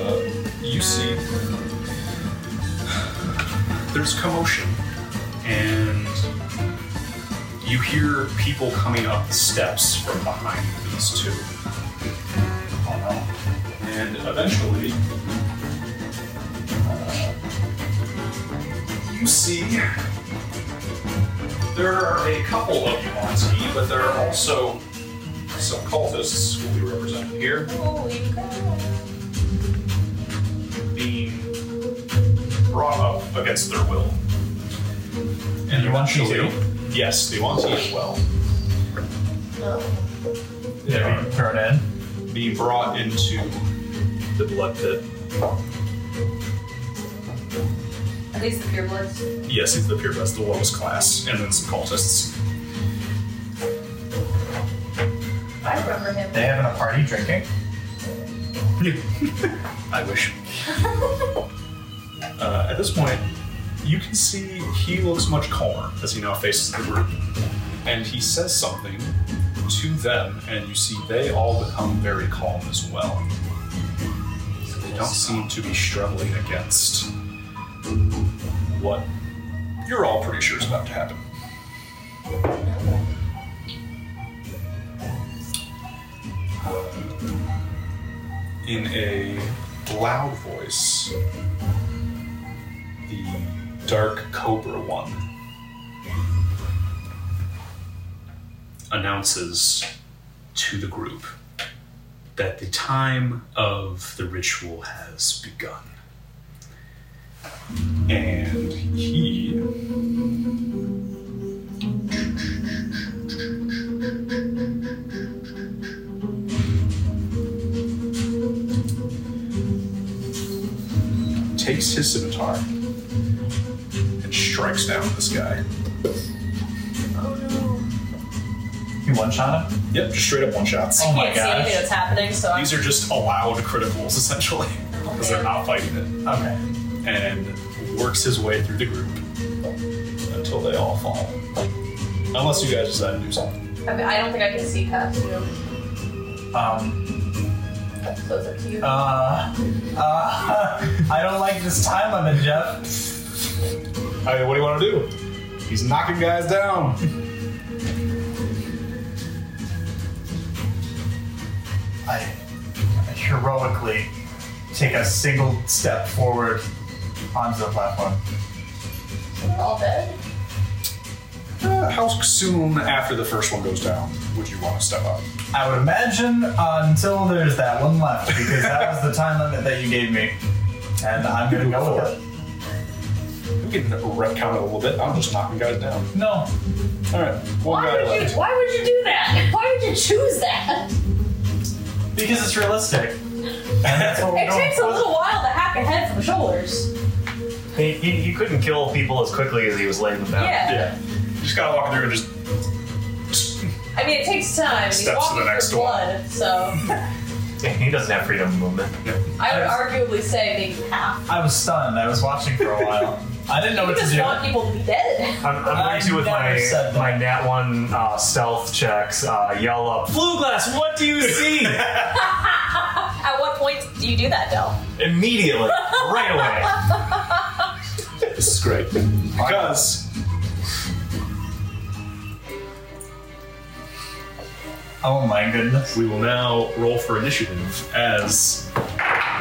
you see, there's commotion, and you hear people coming up the steps from behind these two. And eventually, uh, you see there are a couple of Yuan but there are also some cultists who will be represented here
Holy cow.
being brought up against their will. And
You want you
eventually- Yes, they want to as well. They are
Turn in.
being brought into the blood pit.
At least the purebloods.
Yes, it's the pure best, the lowest class, and then some cultists.
I remember him.
They having a party drinking.
(laughs) I wish. uh, at this point, you can see he looks much calmer as he now faces the group. And he says something to them, and you see they all become very calm as well. They don't seem to be struggling against what you're all pretty sure is about to happen. in a loud voice the dark cobra one announces to the group that the time of the ritual has begun and he takes his scimitar and strikes down this guy.
You one shot him.
Yep, just straight up one shots.
Oh my
Can't see anything
gosh.
that's happening, so I'm
These are just allowed criticals (laughs) essentially because they're not fighting it,
Okay.
and works his way through the group until they all fall. Unless you guys decide to do something.
I, mean, I don't think I can see past you,
Um.
so it's up to you.
Uh. Uh. (laughs) I don't like this time limit, Jeff.
I mean, what do you want to do? He's knocking guys down. (laughs)
I heroically take a single step forward onto the platform.
We're all dead.
Uh, how soon after the first one goes down would you want to step up?
I would imagine until there's that one left, because that was the time limit that you gave me. And I'm gonna go with it.
We can retcon it a little bit. I'm just knocking guys down.
No.
All right, one
Why
guy
would
left.
you? Why would you do that? Why would you choose that?
Because it's realistic. And that's what we're
It
going
takes a
for.
little while to hack a head from shoulders.
He, he, he couldn't kill people as quickly as he was laying them down.
Yeah.
Yeah. You just gotta walk through and just.
I mean, it takes time. He's
Steps to
walking
the next
through
one.
blood, so
(laughs) He doesn't have freedom of movement.
I would arguably say maybe half.
I was stunned. I was watching for a while. I didn't know
You
what to
just
do.
want people to be dead.
Uh.
I'm, I'm
I
going to with
never
my
said that.
my nat one uh, stealth checks. Uh, yell up, flue glass. What do you see?
At what what point do you do that, Del?
Immediately, right away.
(laughs)
This is great. Because
Oh my goodness.
we will now roll for initiative as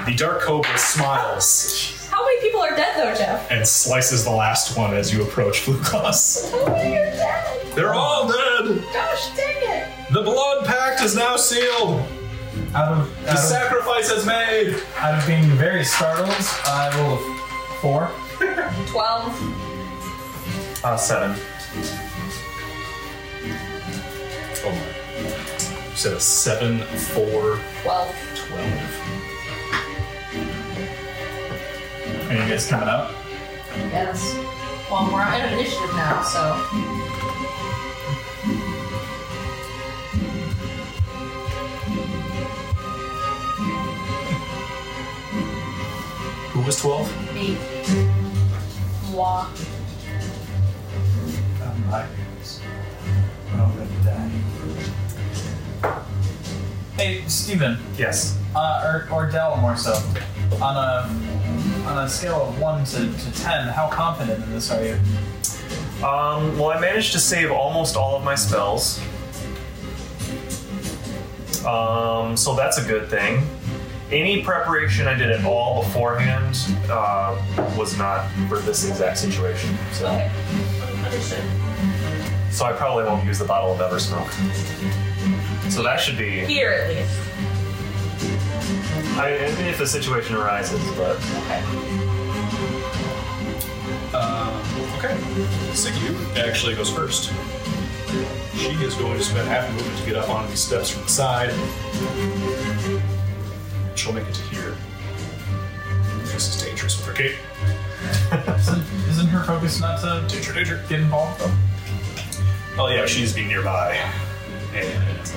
the Dark Cobra smiles
How many people are dead though, Jeff?
and slices the last one as you approach Flukos.
How many are dead?
They're all dead!
Gosh dang it!
The blood pact is now sealed!
Out of,
The
out of,
sacrifice is made!
out of being very startled, I rolled a f- four,
Twelve.
uh, seven.
Oh my. You said a 7, 4,
Twelve.
12.
Are you guys coming up?
Yes. Well, we're on initiative now, so.
Who was 12?
Me. Moi.
Oh my goodness. We're all gonna die. Hey, Steven.
Yes.
Uh, or, or Dell more so. On a on a scale of one to, to ten, how confident in this are you?
Um, well, I managed to save almost all of my spells. Um, so that's a good thing. Any preparation I did at all beforehand uh, was not for this exact situation. So,
Okay. Understood.
so I probably won't use the bottle of Eversmoke. So that should be.
Here at least.
I I mean, if the situation arises, but
Okay.
Um, okay. Sigu actually goes first. She is going to spend half a movement to get up on these steps from the side. She'll make it to here. This is dangerous with her cape.
Isn't, isn't her focus not to
Danger, danger.
get involved?
Oh yeah, she's being nearby, and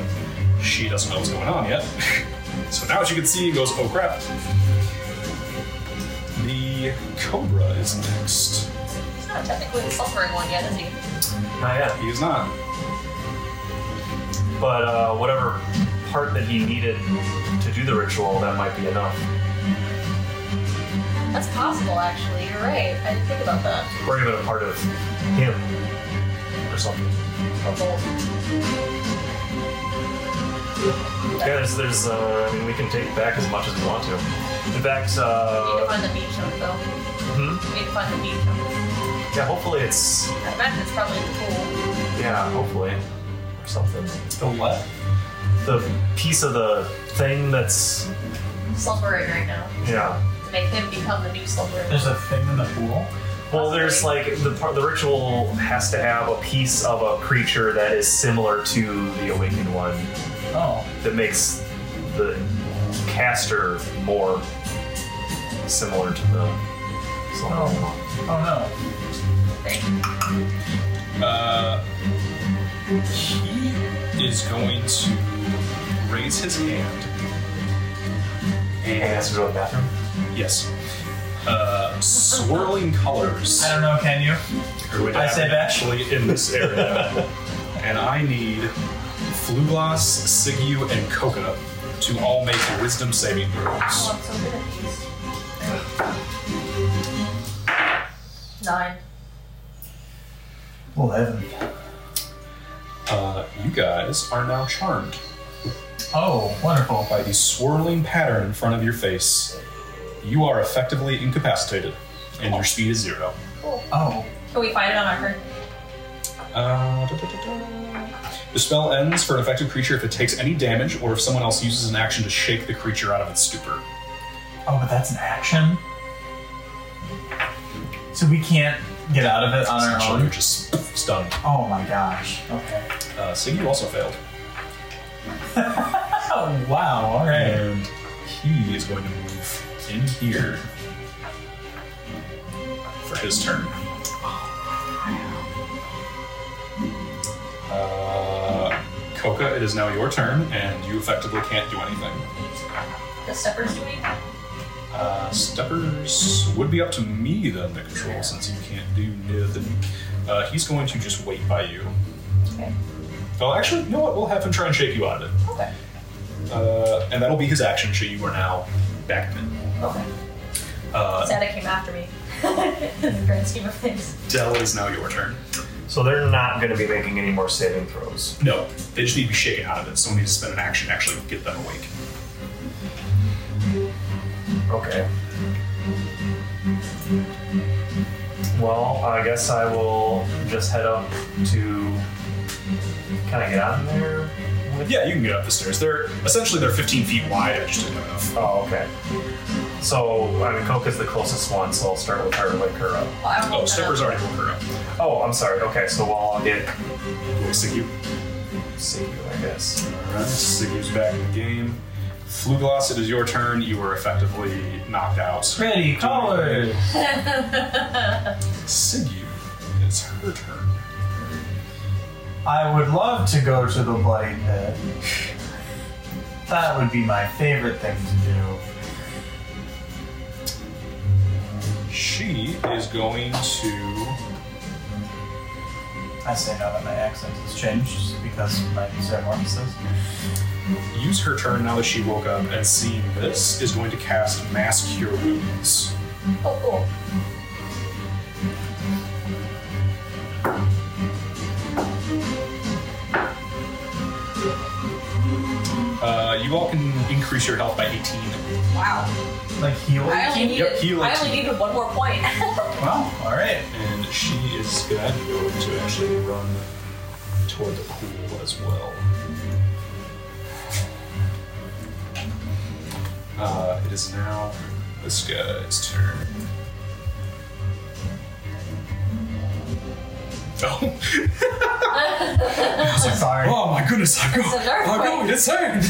she doesn't know what's going on yet. (laughs) so now, as you can see, goes oh crap. The cobra is next.
He's not technically the suffering one yet, is he?
not yet.
He is not.
But uh, whatever part that he needed to do the ritual, that might be enough.
That's possible, actually. You're right. I didn't think about that.
Or even a part of him or something.
Oh,
Or both.
Yeah, there's, there's uh, I mean, we can take back as much as we want to. In fact,
We need to
uh,
find the bee chunk, though.
mhm.
We need to find the bee chunk.
yeah, hopefully it's,
I imagine it's probably in the pool.
yeah, hopefully, or something.
The what?
The piece of the thing that's,
Slumbering right now.
yeah.
To make him become the new slumbering.
There's a thing in the pool.
Well, there's like the part, the ritual has to have a piece of a creature that is similar to the awakened one
Oh,
that makes the caster more similar to the.
oh, oh
thing.
Uh, he is going to raise his hand.
Hey, that's a real bathroom.
Yes. Uh, swirling colors.
no! I don't know. Can you?
Or would
I say
happen
that.
actually in this area. and I need Fluglass, Sigu, and Coconut to all make wisdom saving
Oh,
throws.
I'm so good at these. Nine.
Eleven.
Uh, you guys are now charmed
Oh, wonderful.
by the swirling pattern in front of your face. You are effectively incapacitated, and your speed is zero.
Oh,
Can we find it on our turn?
Uh, da, da, da, da. The spell ends for an affected creature if it takes any damage or if someone else uses an action to shake the creature out of its stupor.
oh, but that's an action. So we can't get out of it on our
Essentially, you're
own.
just stunned.
Oh my gosh. Okay.
Uh, Sigu also failed.
Oh wow. All right.
And he is going to move in here for his turn. Uh, Coca, it is now your turn, and you effectively can't do anything.
The stepper's doing?
Uh, Steppers would be up to me then to control since you can't do nothing. Uh, he's going to just wait by you.
Okay.
Oh, actually, you know what? We'll have him try and shake you out of it.
Okay.
Uh, and that'll be his action, so you are now back in it.
Okay.
Uh,
Santa came after me. (laughs) In the grand scheme of things.
Dell, it is now your turn.
So they're not going to be making any more saving throws.
No, they just need to be shaken out of it. Someone needs to spend an action to actually get them awake.
Okay. Well, I guess I will just head up to. Can I get on there? With
Yeah, you can get up the stairs. They're essentially they're 15 feet wide. I just didn't have enough.
Oh, okay. So, I mean, Coca's the closest one, so I'll start with her and wake her up.
Well, I don't
Oh,
know.
Snipper's already woke her up.
Oh, I'm sorry. Okay, so while I'll get
We'll see you.
Sigu, I guess.
Alright, Sigurd's back in the game. Flugloss, it is your turn. You were effectively knocked out.
Pretty colors.
Sigurd, it's her turn.
I would love to go to the bloody pit. That would be my favorite thing to do.
She is going to.
I say now that my accent has changed because my ceremonies.
use her turn now that she woke up and seeing this is going to cast Mass Cure Wounds.
Oh, cool.
Uh, you all can increase your health by 18.
Wow.
Like healing.
I only needed,
healing
I only
team.
needed one more point. (laughs)
Wow, alright.
And she is going to actually run toward the pool as well. Uh, it is now this guy's turn. Oh. (laughs)
Sorry.
oh my goodness, I go,
It's an
I
earthquake.
go insane!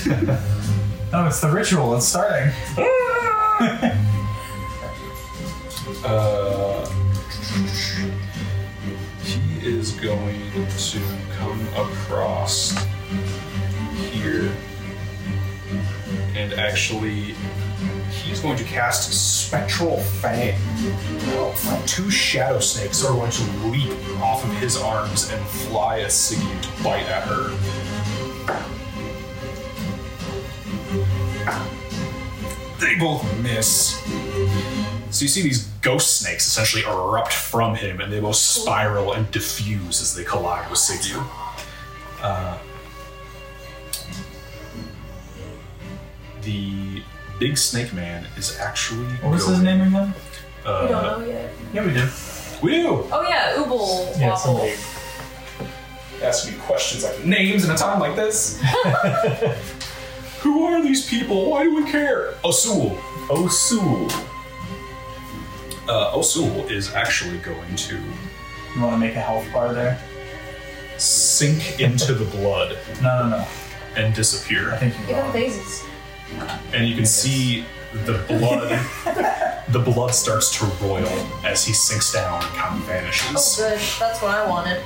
No, it's the ritual. It's starting.
(laughs) Uh, he is going to come across here and actually he's going to cast spectral fang two shadow snakes are going to leap off of his arms and fly at siggy to bite at her they both miss so you see these ghost snakes essentially erupt from him, and they both spiral and diffuse as they collide with Uh, Sigyu. Uh, the big snake man is actually.
What was his
going-
name again?
Uh,
we don't know yet.
Yeah, we did.
We do.
Oh yeah, Ooble.
Yeah,
Wobble.
somebody.
Ask me questions like names in a time like this. (laughs) Who are these people? Why do we care? Osul. Osul. Uh, Osul is actually going to
You want to make a health bar there?
sink into the blood
No, no, no.
and
I
disappear.
think you're
Give him
wrong.
daisies.
And you can see the
(laughs)
blood the blood starts to roil as he sinks down and kind of
Oh
vanishes.
good. That's what I wanted.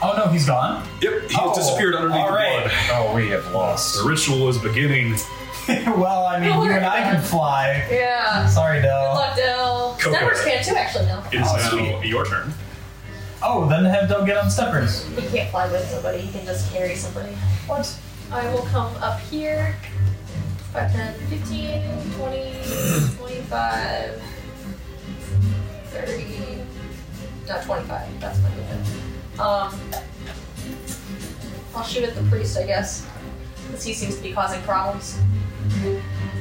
Oh no, he's gone. (laughs)
Yep, he
Oh,
has disappeared underneath
all right.
the blood.
Oh, we have lost.
The ritual is beginning.
well, I mean, you and I can fly.
Yeah.
Sorry,
Good
Dell.
luck, Dell.
Coco.
Snipers can too, actually, no.
It is
Oh,
now
sweet.
your turn.
Oh, then have Dell get on steppers.
He can't fly with somebody, he can just carry somebody.
What?
I will come up here. 5, 10, 15, 20, 25, 30. Not 25, that's my movement. Um, I'll shoot at the priest, I guess. Because he seems to be causing problems.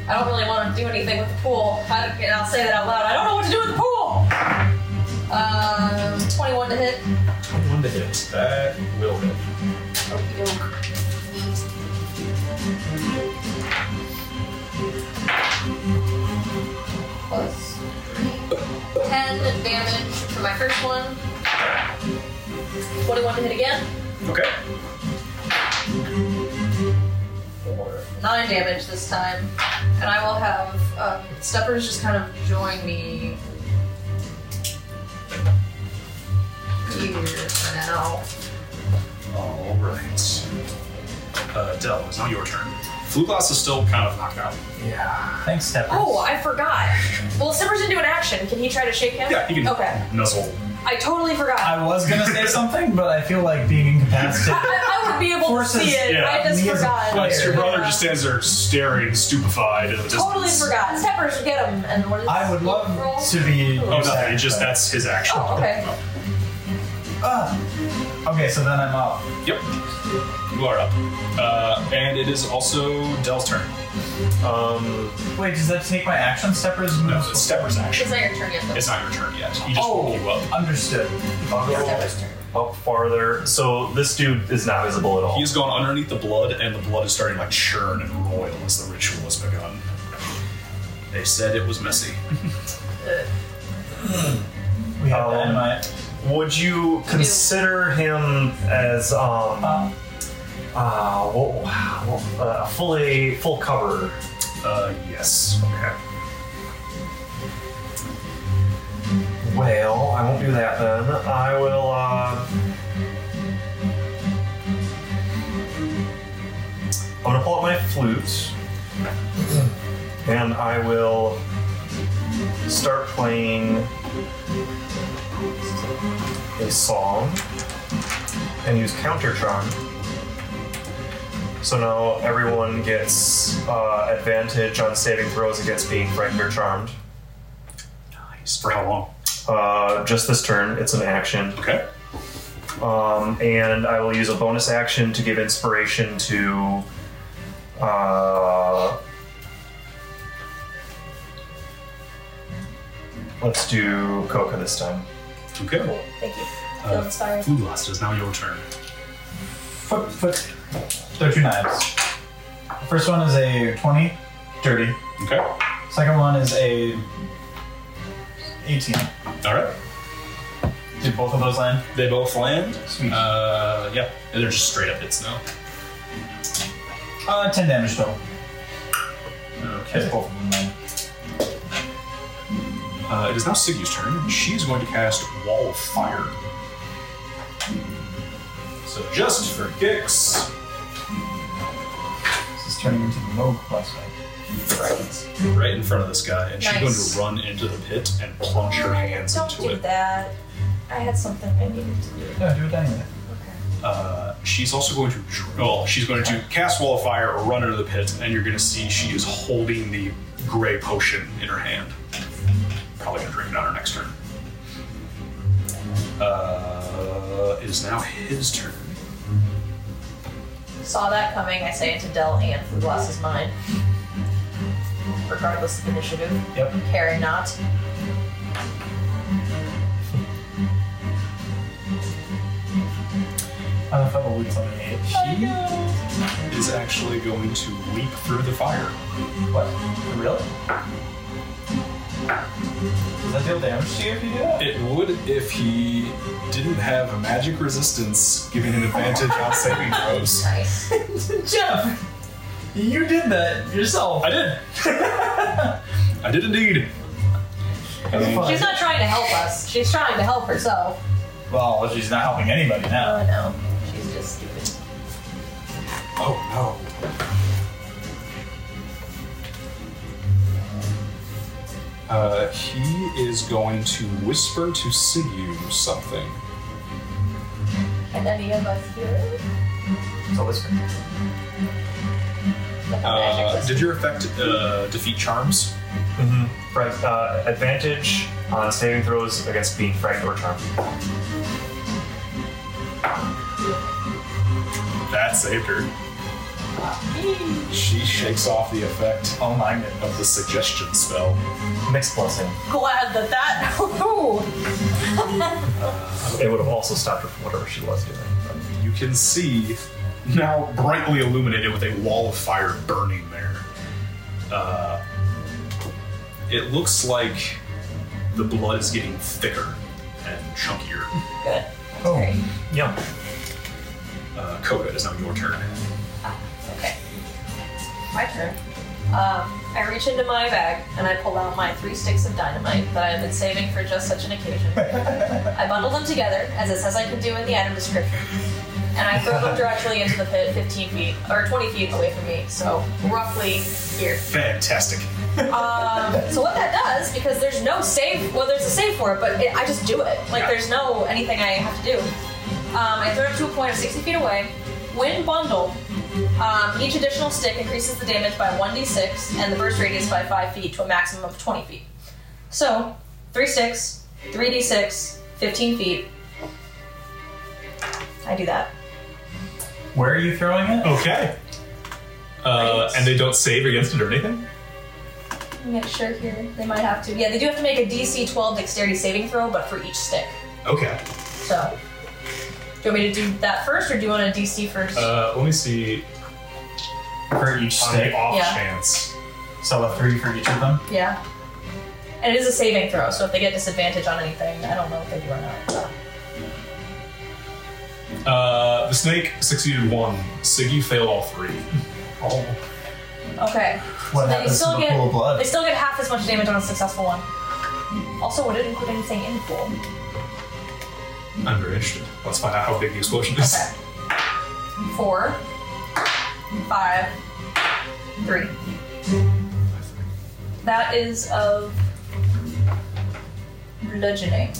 I don't really want to do anything with the pool. I, don't- and I'll say that out loud. I don't know what to do with the pool! Um, 21 to hit.
One to hit. That will hit.
Okey doke. Plus three. 10 damage for my first one. 21 to hit again.
Okay.
Four. 9 damage this time. And I will have um, Steppers just kind of join me here now.
All right. Uh, Dell, it's now your turn. Fluglass is still kind of knocked out.
Yeah. Thanks,
Oh,
steppers.
Oh, I forgot. Well, Steppers didn't do an action. Can he try to shake him?
Yeah, he can
Okay.
nuzzle
I totally forgot. I,
I was gonna say something, but I feel like being incapacitated.
(laughs)
I, I would be able
Forces,
to see it.
yeah,
I just
he is a
forgot.
player.
Your brother just stands there staring, stupefied. In the
Totally
distance.
forgot. Steppers, get him. And what is
I would love
roll?
to be.
Oh, nothing. It just that's his action.
Oh, okay.
Ah. Okay, so then I'm up.
Yep. You are up. Uh, and it is also Dell's turn.
Um,
Wait, does that take my action? Steppers
No,
moves.
it's Stepper's action.
It's not your turn yet, though.
It's not your turn yet. He just woke you
oh,
up.
understood.
I'll go
Steppers' turn.
up farther. So this dude is not visible at all.
He's gone underneath the blood, and the blood is starting to churn and roil as the ritual has begun. They said it was messy.
We have
Um,
dynamite.
Would you consider him as um, uh,
Um,
whoa, wow, uh, fully full cover?
Uh, yes.
Okay. Well, I won't do that then. I will. Uh, I'm gonna pull out my flute, and I will start playing a song and use counter charm. So now everyone gets uh, advantage on saving throws against being frightened or charmed.
Nice. For how long?
Uh, just this turn, it's an action.
Okay.
Um, and I will use a bonus action to give inspiration to. Uh, let's do Coca this time.
Okay.
Thank you. I feel
Uh,
inspired.
Food last is now your turn.
foot, foot. There are two knives. First one is a 20, dirty.
Okay. All
Second one is a 18.
right.
Did both of those land?
They both land.
Sweet.
Uh, yeah. And they're just straight up hits now.
Uh, 10 damage total. Yes,
Okay.
both of them land.
Uh, it is now Siggy's turn. She's going to cast Wall of Fire. So just for kicks.
This is turning into Moog last night.
right in front of this guy, and she's
Nice.
going to run into the pit and plunge her hands
Don't
into
do
it.
that. I had something I needed to do.
No, do it anyway.
Okay.
Uh, she's also going to drill. She's going to cast Wall of Fire, run into the pit, and you're going to see she is holding the gray potion in her hand. Probably going to drink it on her next turn. Uh, it is now his turn.
Saw that coming. I say it to Dell and Food Loss is mine. Regardless of initiative.
Yep.
Carry not.
I have a fellow loops on the edge.
He is actually going to leap through the fire.
What? Really? Does that deal damage to you if you do that?
It would if he didn't have a magic resistance giving an advantage on saving throws.
Nice.
Jeff! You did that yourself.
I did. (laughs) I did indeed.
That's fine.
She's not trying to help us. She's trying to help herself.
Well, she's not helping anybody now.
Oh no. She's just stupid.
Oh no. Uh, he is going to whisper to Sigu something.
Can any of us hear it?
It's a whisper.
Like a magic
Uh,
whisper.
did your effect uh, defeat charms?
Mm-hmm. Right. Uh, advantage on saving throws against being frightened or charmed.
That saved her. She shakes off the effect
Oh my goodness.
of the suggestion spell.
Mixed blessing.
Glad that that. (laughs) Ooh.
It would have also stopped her from whatever she was doing.
You can see now brightly illuminated with a wall of fire burning there. Uh, it looks like the blood is getting thicker and chunkier.
Good.
Oh.
Great.
Yeah.
Uh, Koga, it is now your turn.
Okay. My turn. Um, I reach into my bag and I pull out my three sticks of dynamite that I've been saving for just such an occasion. I bundle them together, as it says I can do in the item description, and I throw them directly into the pit, 15 feet or 20 feet away from me, so roughly here.
Fantastic.
Um, so what that does, because there's no save, well, there's a save for it, but it, I just do it. Like
Yeah.
there's no anything I have to do. Um, I throw it up to a point of 60 feet away. When bundled, um, each additional stick increases the damage by 1d6 and the burst radius by 5 feet to a maximum of 20 feet. So, 3 sticks, 3d6, 15 feet. I do that.
Where are you throwing it?
Okay. Uh, and they don't save against it or anything?
Make sure here. They might have to. Yeah, they do have to make a DC 12 dexterity saving throw, but for each stick.
Okay.
So, do you want me to do that first, or do you want a DC first?
Uh, let me see.
For each
On the
stick.
off
Yeah.
chance.
So a three for each of them.
yeah. And it is a saving throw, so if they get disadvantage on anything, I don't know if they do or not.
Uh, the snake succeeded one. Siggy failed all three.
Oh.
Okay.
What
they
happens to
still
the
get
pool of blood?
they still get half as much damage on a successful one. Also, would it include anything in pool?
I'm very interested. Let's find out how big the explosion is.
Okay. Four, five, three. That is of bludgeoning.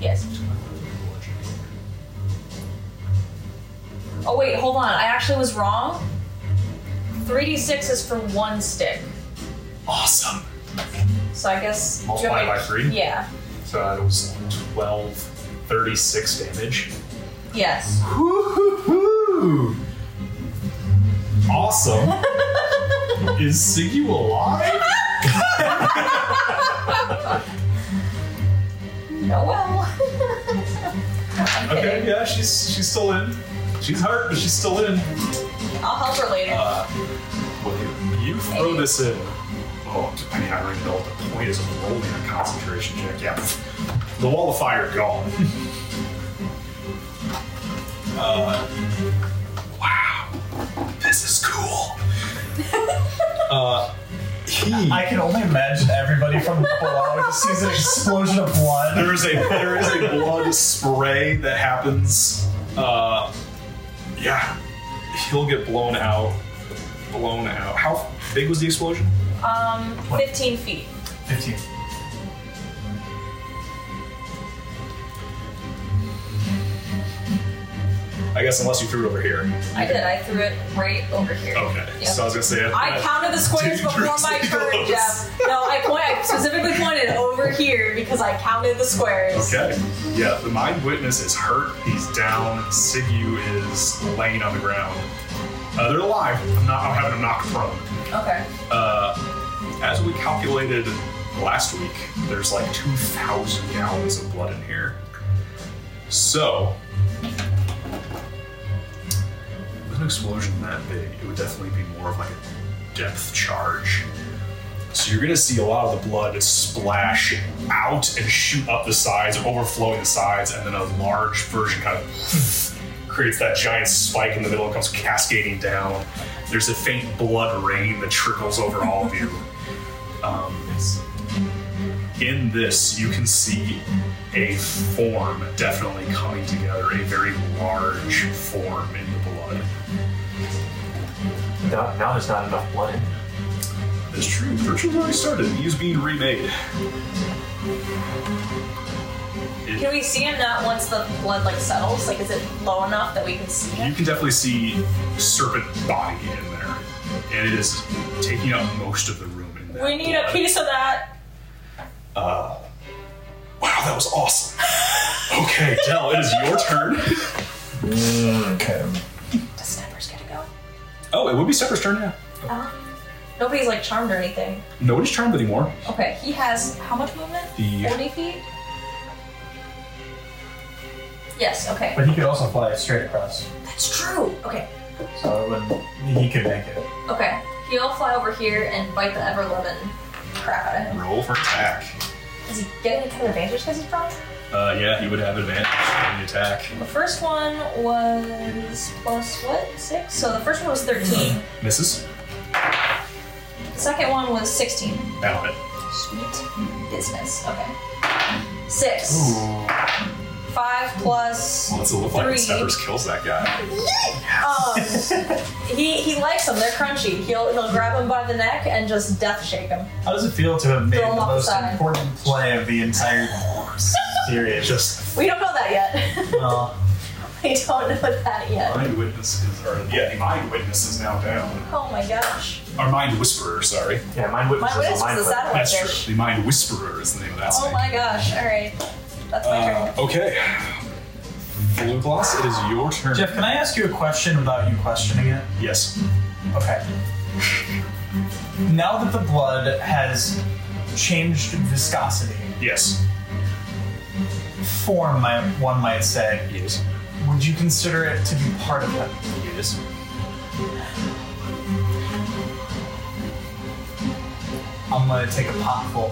Yes. Oh wait, hold on. I actually was wrong. 3d6 is for one stick.
Awesome.
So I guess. do you
Multiply
want me-
by three?
Yeah.
So that was 12, 36 damage.
Yes. (laughs)
Woo-hoo-hoo! Awesome. is Siggy alive?
No well. (laughs) I'm kidding.
Okay, yeah, she's she's still in. She's hurt, but she's still in.
I'll help her later.
Uh,
Well,
You throw this in.
Oh, I mean, I already know what the point is of rolling a concentration check. Yeah. The wall of fire
(laughs)
gone. Uh, wow. This is cool.
Uh, He
I can only imagine everybody from below just sees an explosion of blood.
there is a there is a blood spray that happens. Uh, yeah, he'll get blown out, blown out. How big was the explosion?
Um, 15 feet.
15.
I guess unless you threw it over here.
I did. I threw it right over here.
Okay,
Yep.
so I was gonna say
I counted the squares
Dangerously (laughs)
before my turn,
close.
Jeff. No, I, point, I specifically pointed over here because I counted the squares.
Okay. Yeah, the mind witness is hurt. He's down. Sigu is laying on the ground. Uh, they're alive. I'm not. I'm having them knocked prone.
Okay.
Uh, as we calculated last week, there's like 2,000 gallons of blood in here. So, with an explosion that big, it would definitely be more of like a depth charge. So you're gonna see a lot of the blood splash out and shoot up the sides, overflowing the sides, and then a large version kind of creates that giant spike in the middle and comes cascading down. There's a faint blood rain that trickles over all of you. Um, in this, you can see a form definitely coming together, a very large form in the blood.
Now, now there's not enough blood in.
That's true. Virtual's already started. He's being remade.
Can we see him not once the blood like settles? Like, is it low enough that we can see
You
him?
can definitely see serpent body in there, and it is taking up most of the room. In that
We need a
blood.
piece of that.
Wow, that was awesome. Okay, Dell, it is your turn.
Okay.
The snapper's gonna go.
Oh, it would be Sephiroth's turn now.
Um, nobody's like charmed or anything.
Nobody's charmed anymore.
Okay, he has how much movement?
The-
40 feet? Yes, okay.
But he could also fly straight across.
That's true. Okay.
So it would he could make it.
Okay, he'll fly over here and bite the ever loving crap out of him.
Roll for attack.
Is he getting a ton of advantage because he's prone?
Uh, yeah, he would have advantage on the attack.
The first one was plus what? Six? So the first one was 13.
Misses.
The second one was 16.
Down it.
Mm-hmm.
Sweet business. Okay. Six. Five plus.
What's it look like when
Three.
Steppers kills that guy?
Um, he he likes them. They're crunchy. He'll he'll grab them by the neck and just death shake them.
How does it feel to have made
Throw
the
'em off the
most
side.
important play of the entire series? Just
We don't know that yet. (laughs)
well,
we don't know that yet.
Mind witnesses are yeah, the mind witness is now down.
Oh my gosh.
Or mind whisperer, sorry.
Yeah, mind
My
witness
what
is
is
a mind
the
flip.
satellite
That's
fish?
true. The mind whisperer is the name of that
Oh
snake.
my gosh. All right. That's my
Uh,
turn.
okay. Blue gloss, it is your turn.
Jeff, can I ask you a question without you questioning it?
Yes.
Okay. Now that the blood has changed viscosity,
Yes.
form, my, one might say,
Yes.
would you consider it to be part of it?
Yes.
I'm gonna take a potful.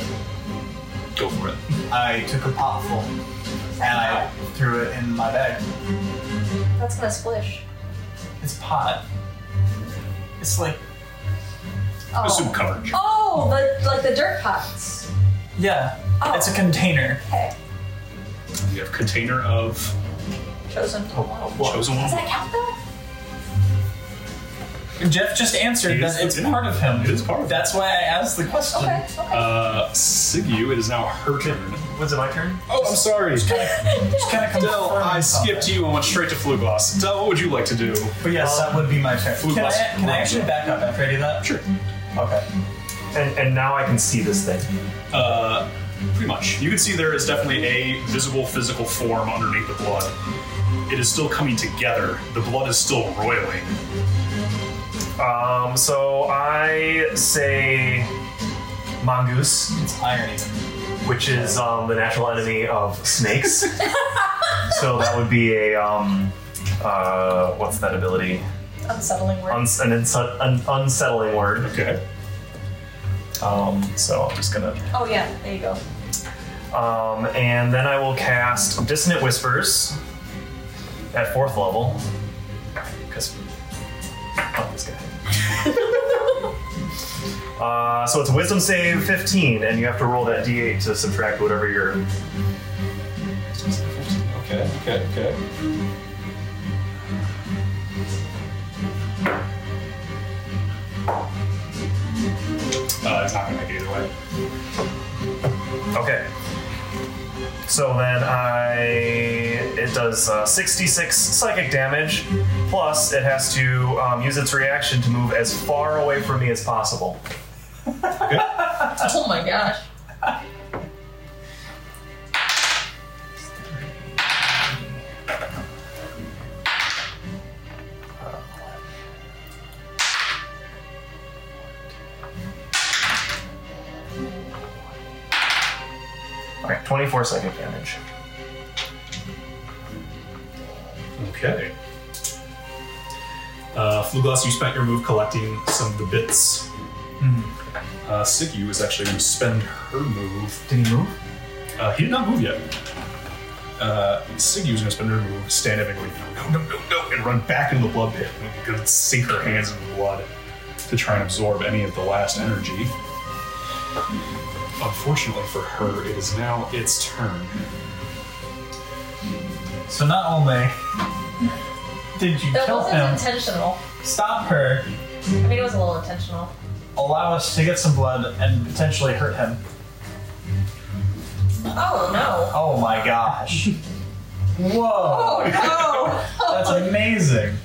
Go for it.
I took a potful and I threw it in my bag.
That's gonna splish.
It's pot. It's like,
Assume
Oh.
coverage.
Oh, the like the dirt pots.
yeah,
Oh.
it's a container.
Okay.
You have container of
Chosen.
Oh. chosen
Does
one.
that count though?
Jeff just answered
It is-
that it's
yeah.
part of him.
It is part of him.
That's why I asked the question.
Okay. Okay.
Uh, Sigu, it is now her turn.
Was it my turn?
Oh, I'm sorry.
Just kind of
Del, I skipped you and went straight to flu gloss. Del, what would you like to do?
But yes, that would be my turn.
Food
Can I,
was-
can I actually back up after I do that?
Sure.
Okay.
And, and now I can see this thing.
Uh, pretty much. You can see there is definitely a visible physical form underneath the blood. It is still coming together. The blood is still roiling.
Um, so I say mongoose,
It's irony.
which is um, the natural enemy of snakes. so that would be a um, uh, what's that ability?
Unsettling
um,
word.
Uns- an, insu- an unsettling word.
Okay.
Um, so I'm just gonna.
oh yeah. There you go.
Um, and then I will cast Dissonant Whispers at fourth level. Because. Fuck (laughs) this guy. uh, so it's Wisdom Save 15, and you have to roll that d8 to subtract whatever your.
Okay, okay, okay. Uh, it's not gonna make it either way.
Okay. So then I. It does uh, 66 psychic damage, plus it has to um, use its reaction to move as far away from me as possible.
uh,
Oh my gosh.
Okay, 24 psychic damage.
Okay. Uh, Fluglass, you spent your move collecting some of the bits. Uh, Siku is actually going to spend her move.
Did he move?
Uh, he did not move yet. Uh, Sigu is going to spend her move, stand up and go, no, no, no, no, no, and run back into the blood pit. And going to sink her hands in the blood to try and absorb any of the last energy. Unfortunately for her, it is now its turn.
So not only did you
That
kill
wasn't
him,
intentional.
stop her,
I mean, it was a little intentional.
allow us to get some blood, and potentially hurt him.
Oh no.
Oh
(laughs)
my gosh. Whoa.
Oh
That's amazing.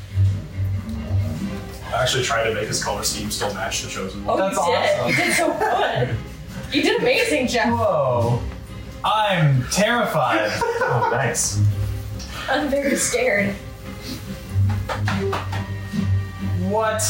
I actually tried to make his color scheme still match the chosen
no!
one. (laughs)
Oh,
That's
you did it. You did so good. You did amazing, Jeff.
Whoa. I'm terrified.
Oh, nice.
I'm very scared.
what?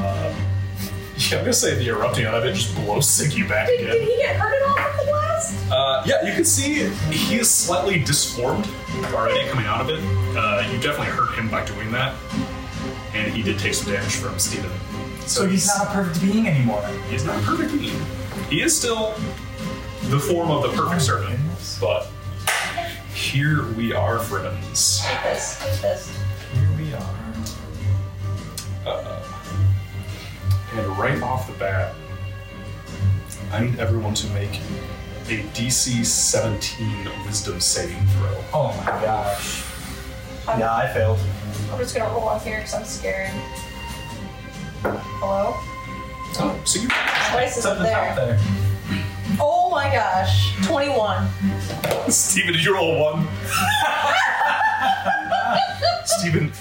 Yeah, I'm gonna say the erupting out of it just blows Siggy back
Did, did
again.
he get hurt at all from the blast?
Uh, yeah, you can see he is slightly disformed already coming out of it. Uh, you definitely hurt him by doing that, and he did take some damage from Steven.
So he's not a perfect being anymore.
he's not perfect being. He is still the form of the perfect servant, but here we are, friends.
Take this. Take this.
Here we are.
And right off the bat, I need everyone to make a DC 17 Wisdom saving throw.
Oh my gosh.
I'm,
Yeah, I failed.
I'm just gonna roll on here because I'm scared. Hello?
Oh, so you
Spice is
It's at
up
the top
there.
there.
Oh my gosh. 21.
Steven, did you roll a one? Steven,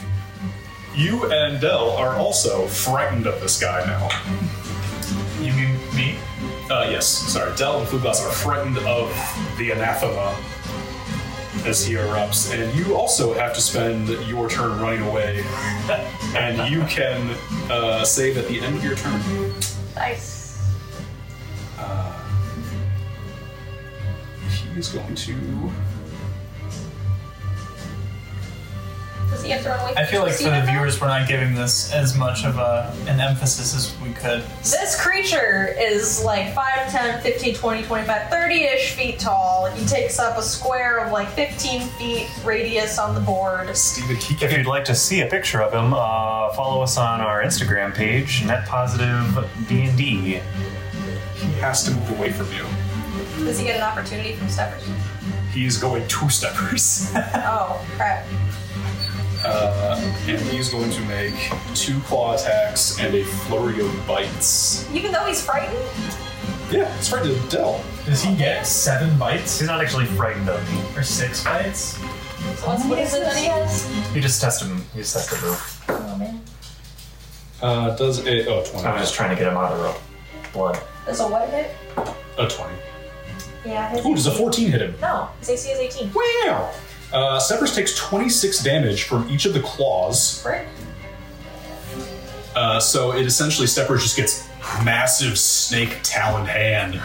you and Dell are also frightened of this guy now.
You mean me?
Uh, yes, sorry. Dell and Fluglass are frightened of the anathema as he erupts, and you also have to spend your turn running away, (laughs) and you can uh, save at the end of your turn.
Nice.
He is going to.
Does he have to run away from
I feel like for
Christina
the
now?
viewers, we're not giving this as much of a, an emphasis as we could.
This creature is like 5, 10, 15, 20, 25, 30 ish feet tall. He takes up a square of like 15 feet radius on the board.
Steven, he
If
can.
you'd like to see a picture of him, uh, follow us on our Instagram page, NetPositiveDND.
He has to move away from you.
Does he get an opportunity from Steppers?
He is going two steppers.
Oh, crap.
Uh, and he's going to make two claw attacks and a flurry of bites.
Even though he's frightened?
Yeah, it's right to Dell.
Does he get seven bites
He's not actually frightened of me.
or six bites?
So what's, what is it that he has?
He just tested him. He just tested the rope.
Oh, man.
Uh, does a. Oh, 20.
I'm just trying to get him out of the rope. Blood.
Does a what hit?
A 20.
Yeah, his
Ooh, does a 14 hit him?
No, his AC is 18.
Wow! Uh, Severus takes 26 damage from each of the claws.
Frick.
Uh, so it essentially, Severus just gets massive snake taloned hand.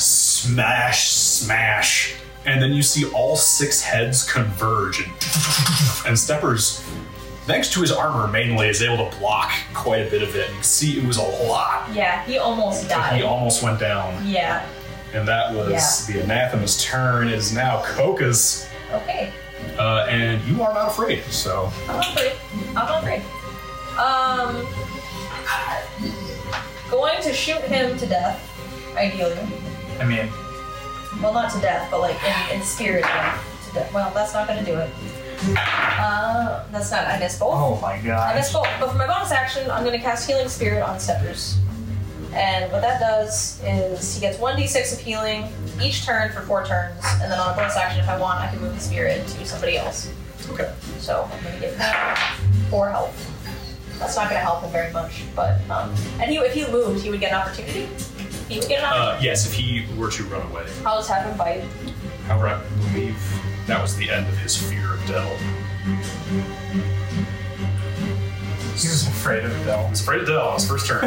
Smash, smash. And then you see all six heads converge, and, and Steppers, thanks to his armor mainly, is able to block quite a bit of it. You can see it was a lot.
Yeah, he almost
but He
died.
almost went down.
Yeah.
And that was the anathema's turn. It is now Coca's.
Okay.
Uh, and you are not afraid, so.
I'm not afraid. I'm not afraid. Um, going to shoot him to death, ideally.
I mean,
Well, not to death, but like in, in spirit death. To death. Well, that's not gonna do it. Uh, that's not. I missed both.
oh my
I
gosh.
missed both. But for my bonus action, I'm gonna cast Healing Spirit on Steppers. And what that does is he gets 1d6 of healing each turn for four turns, and then on a bonus action, if I want, I can move the spirit to somebody else.
Okay.
So I'm gonna get that for help. That's not gonna help him very much, but um, and he if he moved, he would get an opportunity. He would get an opportunity.
Uh, yes, if he were to run away.
I'll just have him bite.
However, I believe that was the end of his fear of Dell.
He was afraid of Dell.
He's afraid of Dell on his first
(laughs)
turn.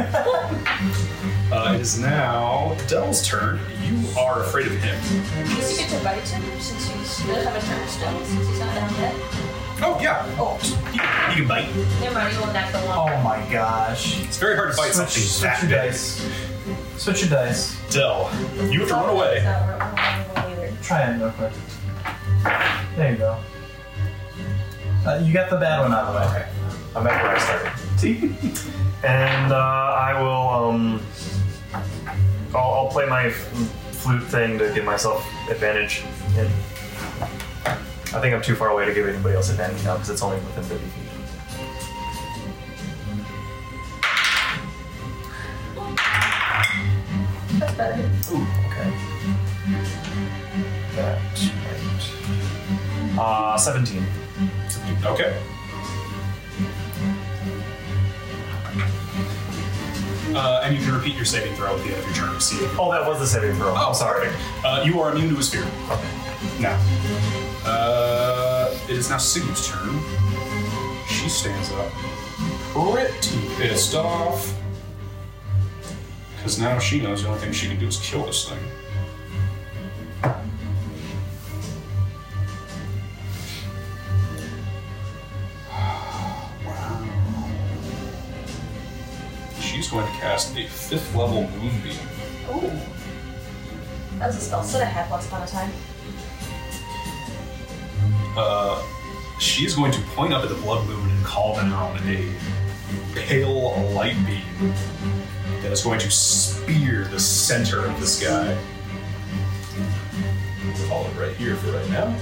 uh, it is now Dell's turn. You are afraid of him.
Does he get to bite him since he's doesn't have a turn still since he's not down yet?
Oh, yeah.
Oh,
You, you can bite.
never mind. He will not the
Oh
one.
my gosh.
It's very hard to bite something that
your
big.
dice. Switch your dice.
Dell, you have to Oh, run away.
It's not where- I don't wanna go either.
Try it real quick. There you go. Uh, you got the bad one out of the way.
Okay. I'm back where I started.
See?
And uh, I will. Um, I'll, I'll play my f- flute thing to give myself advantage. And I think I'm too far away to give anybody else advantage now because it's only within 30 feet.
That's better.
Ooh, okay. That, right. Uh, 17.
Okay. Uh, and you can repeat your saving throw at the end of your turn to see
Oh, that was the saving throw.
Oh,
I'm sorry.
Uh, you are immune to his fear. Now, uh, it is now Siggy's turn. She stands up, pretty pissed off, because now she knows the only thing she can do is kill this thing. Wow. She's going to cast a fifth level moonbeam.
Ooh. That was a spell set I had once upon a time.
uh, she is going to point up at the blood moon and call down a pale light beam that is going to spear the center of this guy. Call it right here for right now.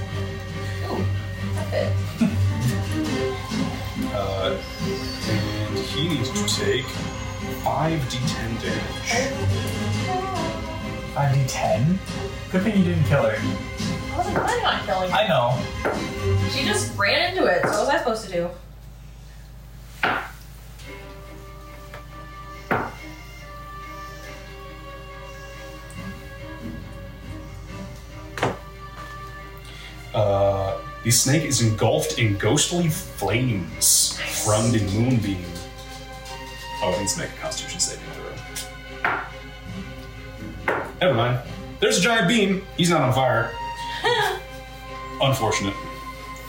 Ooh, that fit.
Uh, and he needs to take 5d10 damage.
5d10? Good thing you didn't kill her.
I wasn't planning on killing her.
I know.
She just ran into it, so what was I supposed to do?
Uh, the snake is engulfed in ghostly flames from the moonbeam. Oh, it needs to make a constitution saving throw. Never mind. There's a giant beam. He's not on fire. Unfortunate.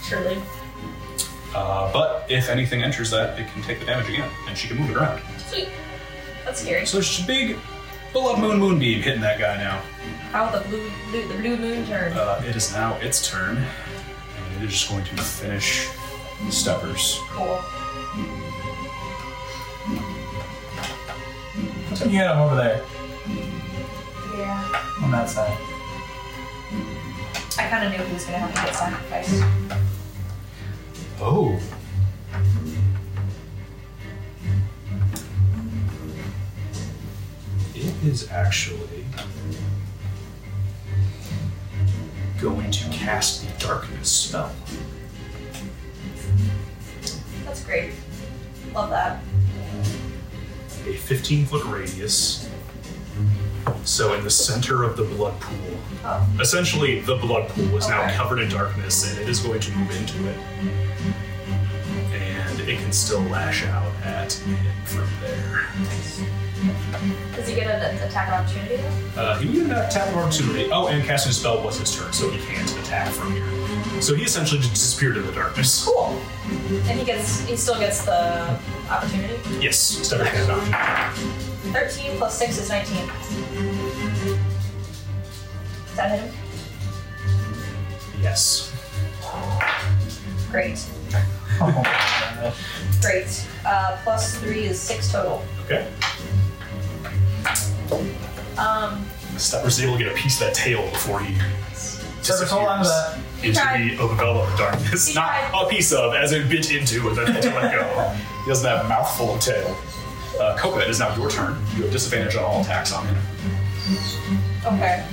Surely.
Uh, but if anything enters that, it can take the damage again, and she can move it around.
Sweet. That's scary.
So it's just a big blood moon moonbeam hitting that guy now.
How the blue, blue the blue moon turned.
Uh, it is now its turn, and it is just going to finish Steppers.
Cool.
You got him over there
Yeah.
on that side.
I kind of knew he was gonna have to get sacrificed.
Oh. It is actually going to cast the darkness spell.
That's great. Love that.
A 15 foot radius. So, in the center of the blood pool,
Oh.
essentially the blood pool is now
Okay.
covered in darkness and it is going to move into it. And it can still lash out at him from there.
Does he get an attack of opportunity? though?
Uh, he would have attack of opportunity. Oh, and casting a spell was his turn, so he can't attack from here. So he essentially just disappeared in the darkness.
Cool. And he gets he still gets the opportunity.
Yes, Stepper can attack.
Thirteen plus six is nineteen. Does that hit him?
Yes.
Great.
Oh my god.
Great. Uh, plus three is six total.
Okay.
Um,
Stepper's able to get a piece of that tail before he
Stepper, hold on to that.
He
into
tried.
the envelope of darkness.
He
Not
tried.
a piece of, as it bit into and then had to let go. He doesn't have a mouthful of tail. Uh, Copa, it is now your turn. You have disadvantage on all attacks on him.
okay.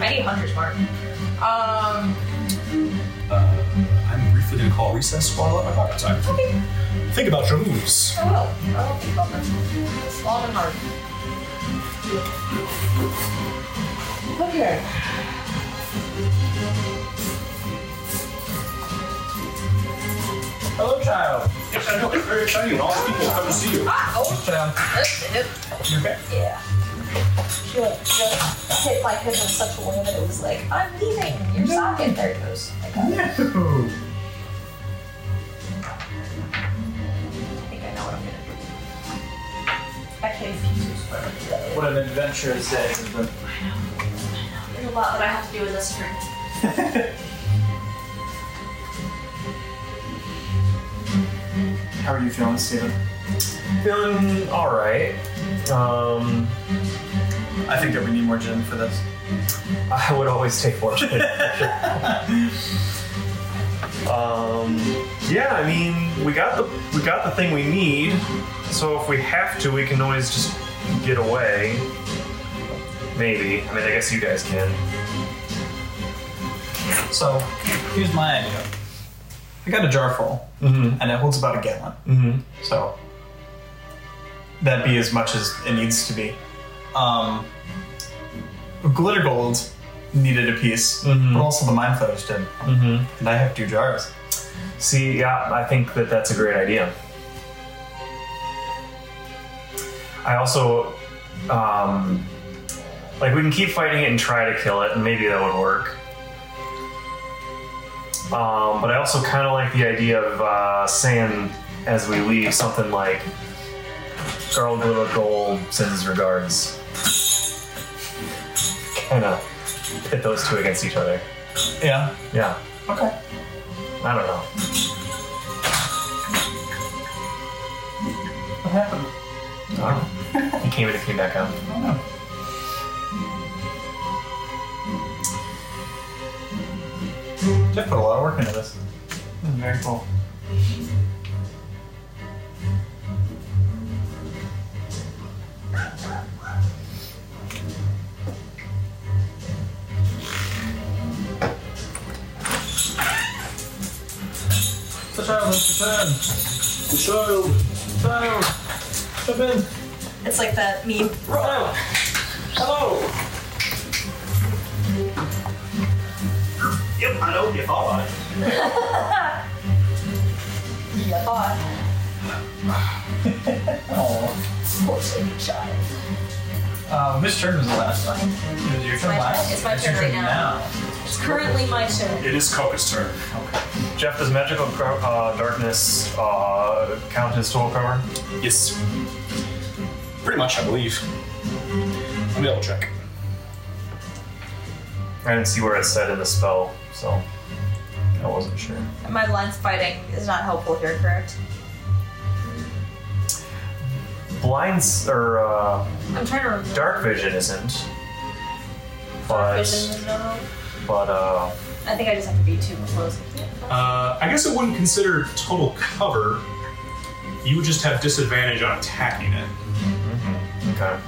I need Hunter's Mark. Um,
Uh, I'm briefly going to call recess while I let my pocket time. Think about your moves.
Oh, I will. I will think about that. Long and hard. Okay.
Hello, child.
I know, it's very exciting when all these people come to see you.
Ah, oh,
(laughs) Child.
that's a hit.
You okay?
Yeah. She like just hit my hip in such a way that it was like, I'm leaving your socket. There it goes. I got it.
No.
I think I know what I'm gonna do. Actually, Jesus Christ.
What an adventurous day. isn't it?
There's a lot that I have to do in this turn.
How are you feeling, Steven?
Feeling alright. Um,
I think that we need more gin for this.
I would always take more. shit. um, yeah, I mean, we got the we got the thing we need. So if we have to, we can always just get away. Maybe. I mean, I guess you guys can.
So, here's my idea. I got a jar full,
Mm-hmm.
and it holds about a gallon.
Mm-hmm.
So that be as much as it needs to be. Um, glitter gold needed a piece,
Mhm.
but also the mind flares did,
Mm-hmm.
and I have two jars.
See, yeah, I think that that's a great idea. I also, um, like, we can keep fighting it and try to kill it, and maybe that would work. Um, but I also kind of like the idea of uh, saying as we leave something like, Carl Glilla Gold sends his regards. Kind of pit those two against each other.
Yeah.
Yeah,
Okay.
I don't know.
happened?
He came in and came back out.
I don't know. Jeff put a lot of work into this. This is very cool. The child has returned. The child. Child. Come in.
It's like that meme.
Hello. Hello.
Yep, I know what you thought about it.
Yeah, thought.
Oh.
Poor baby child.
Uh, Miss Turn was the last time. It was your turn
my
last.
turn. It's my
your
turn right now. It's currently my turn.
It is Coca's turn.
Jeff, does magical cro- uh, darkness uh, count as total cover?
Yes. Pretty much, I believe. Let me double check.
I didn't see where it said in the spell, so I wasn't sure.
My lens fighting is not helpful here, correct?
Blinds or uh,
I'm trying to remember.
dark vision isn't,
Dark
but
vision is no.
but uh,
I think I just have to be too close.
Uh, I guess it wouldn't consider total cover. You would just have disadvantage on attacking it.
okay.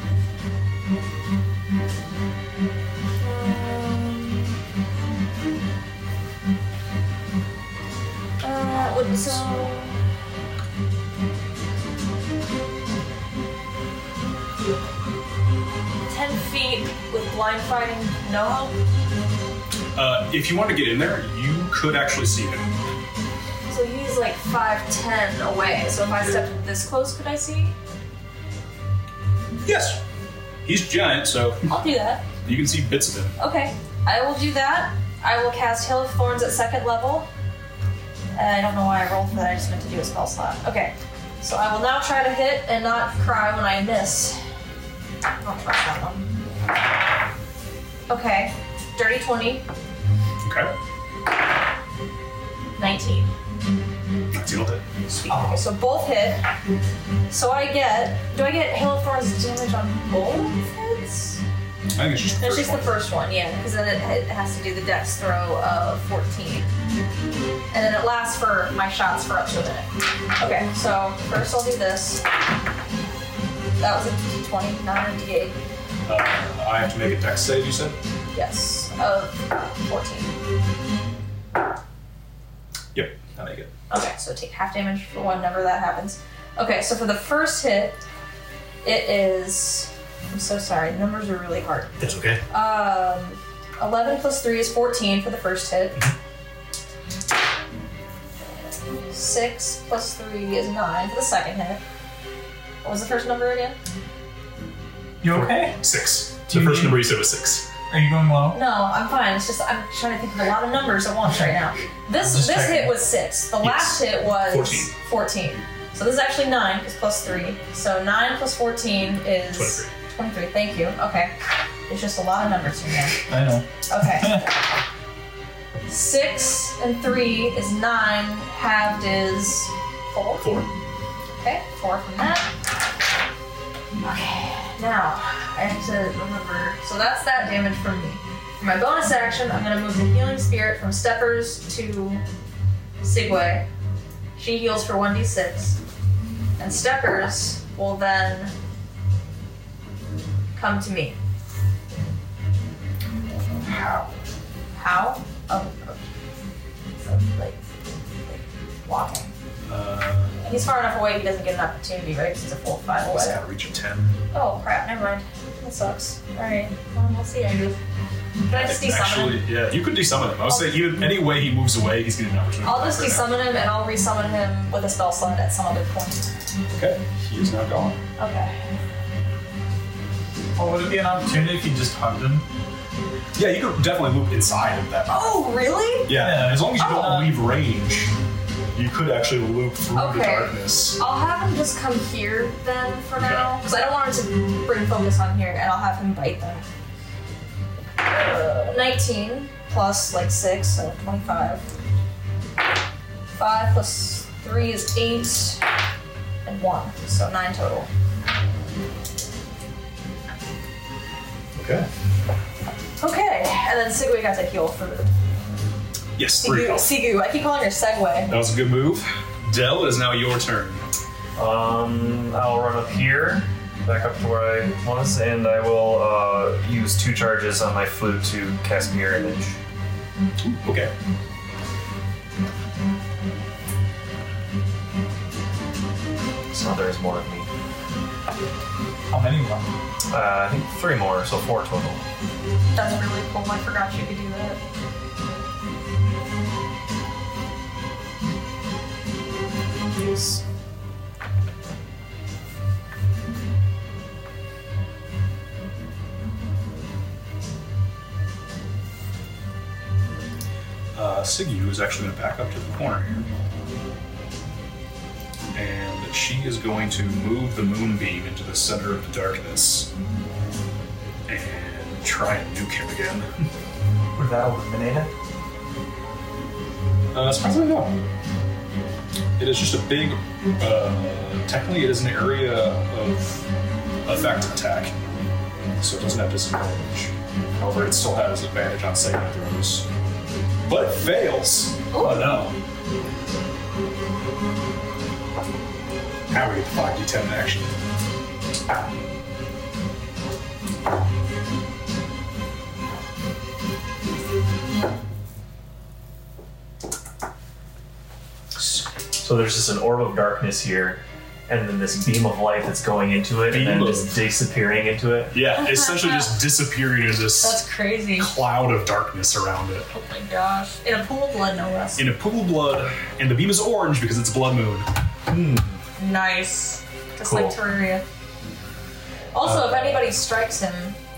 Uh, would so. Ten feet with blind fighting, no help.
Uh, if you want to get in there, you could actually see him.
So he's like five ten away. So if I stepped this close, could I see?
Yes. He's giant, so
I'll do that.
you can see bits of him.
Okay, I will do that. I will cast Hill of Thorns at second level. Uh, I don't know why I rolled for that. I just meant to do a spell slot. Okay, so I will now try to hit and not cry when I miss. I'll try that one. Okay, dirty 20,
Okay.
19.
I deal with it.
Sweet. Okay, so both hit. So I get. Do I get Hill of Thorns damage on both hits?
I think it's just the
No,
first
just the
one.
first one, yeah, because then it, it has to do the dex throw of 14. And then it lasts for my shots for up to a minute. Okay, so first I'll do this. That was a d20, not a d8.
Uh, I have to make a dex save, you said?
Yes, of 14.
Yep. I make it.
Okay, so take half damage for whenever that happens. Okay, so for the first hit, it is. I'm so sorry, the numbers are really hard.
It's okay.
Um, 11 plus 3 is 14 for the first hit.
Mm-hmm.
6 plus 3 is 9 for the second hit. What was the first number again?
You okay?
Six.
Do
the
you
first
need-
number you said was six.
Are you going low?
No, I'm fine. It's just I'm trying to think of a lot of numbers at once right now. This
Just
this
checking.
hit was 6. The last hit was
14.
14. So this is actually 9 because plus 3. So 9 plus 14 is
23.
23. Thank you. Okay. It's just a lot of numbers here now.
I know.
Okay. Six and three is nine. Halved is four.
Four.
Okay, four from that. Okay, now I have to remember. So that's that damage from me. For my bonus action, I'm gonna move the healing spirit from Steppers to Sigway. She heals for 1d6. And Steppers will then come to me.
How?
How? Oh, okay. So, like, like walking.
Uh,
And he's far enough away he doesn't get an opportunity, right? Because it's a full five
it's
away.
got a reach of ten.
Oh crap! Never mind. That sucks. All right. Well, we'll see. I move. Can I just desummon him?
Actually, yeah, you could desummon him. I was saying, even any way he moves away, he's getting an opportunity.
I'll just
attack right
desummon him and I'll resummon him with a spell slot at some other point.
now. Okay, he is now gone.
Okay.
Well, would it be an opportunity if you just hugged him?
Yeah, you could definitely loop inside of that.
Oh really?
Yeah,
Yeah.
as long as you don't
Oh.
leave range, you could actually loop through the
Okay.
darkness.
I'll have him just come here then for now, because I don't want him to bring focus on here, and I'll have him bite them. Uh, 19 plus like 6, so 25. 5 plus 3 is 8. and one, so nine total.
Okay.
Okay, and then Sigway got to heal for
Yes, three
Sigu.
health.
Sigu, I keep calling her Segway.
That was a good move. Dell, it is now your turn.
Um, I'll run up here, back up to where I was, and I will uh, use two charges on my flute to cast Mirror Image.
Okay.
So there's more of me.
How many more?
Uh, I think three more, so four total.
That's really cool. I forgot you could do that.
Yes.
Uh, Siggy is actually going to back up to the corner here. And she is going to move the moonbeam into the center of the darkness and try and nuke him again.
Would that eliminate it?
Uh, surprisingly, no. It is just a big. Uh, technically, it is an area of effect attack, so it doesn't have disadvantage. However, it still has advantage on saving throws. But it fails! Oh no! Now we get the 5d10 in action.
So there's just an orb of darkness here, and then this beam of light that's going into it, and
Beam
then
of-
just disappearing into it.
(laughs)
Yeah, essentially just disappearing into this
That's crazy.
cloud of darkness around it.
Oh my gosh. In a pool of blood, no less.
In a pool of blood, and the beam is orange because it's blood moon.
Nice. Just
Cool.
like Terraria. Also,
Uh,
if anybody strikes him,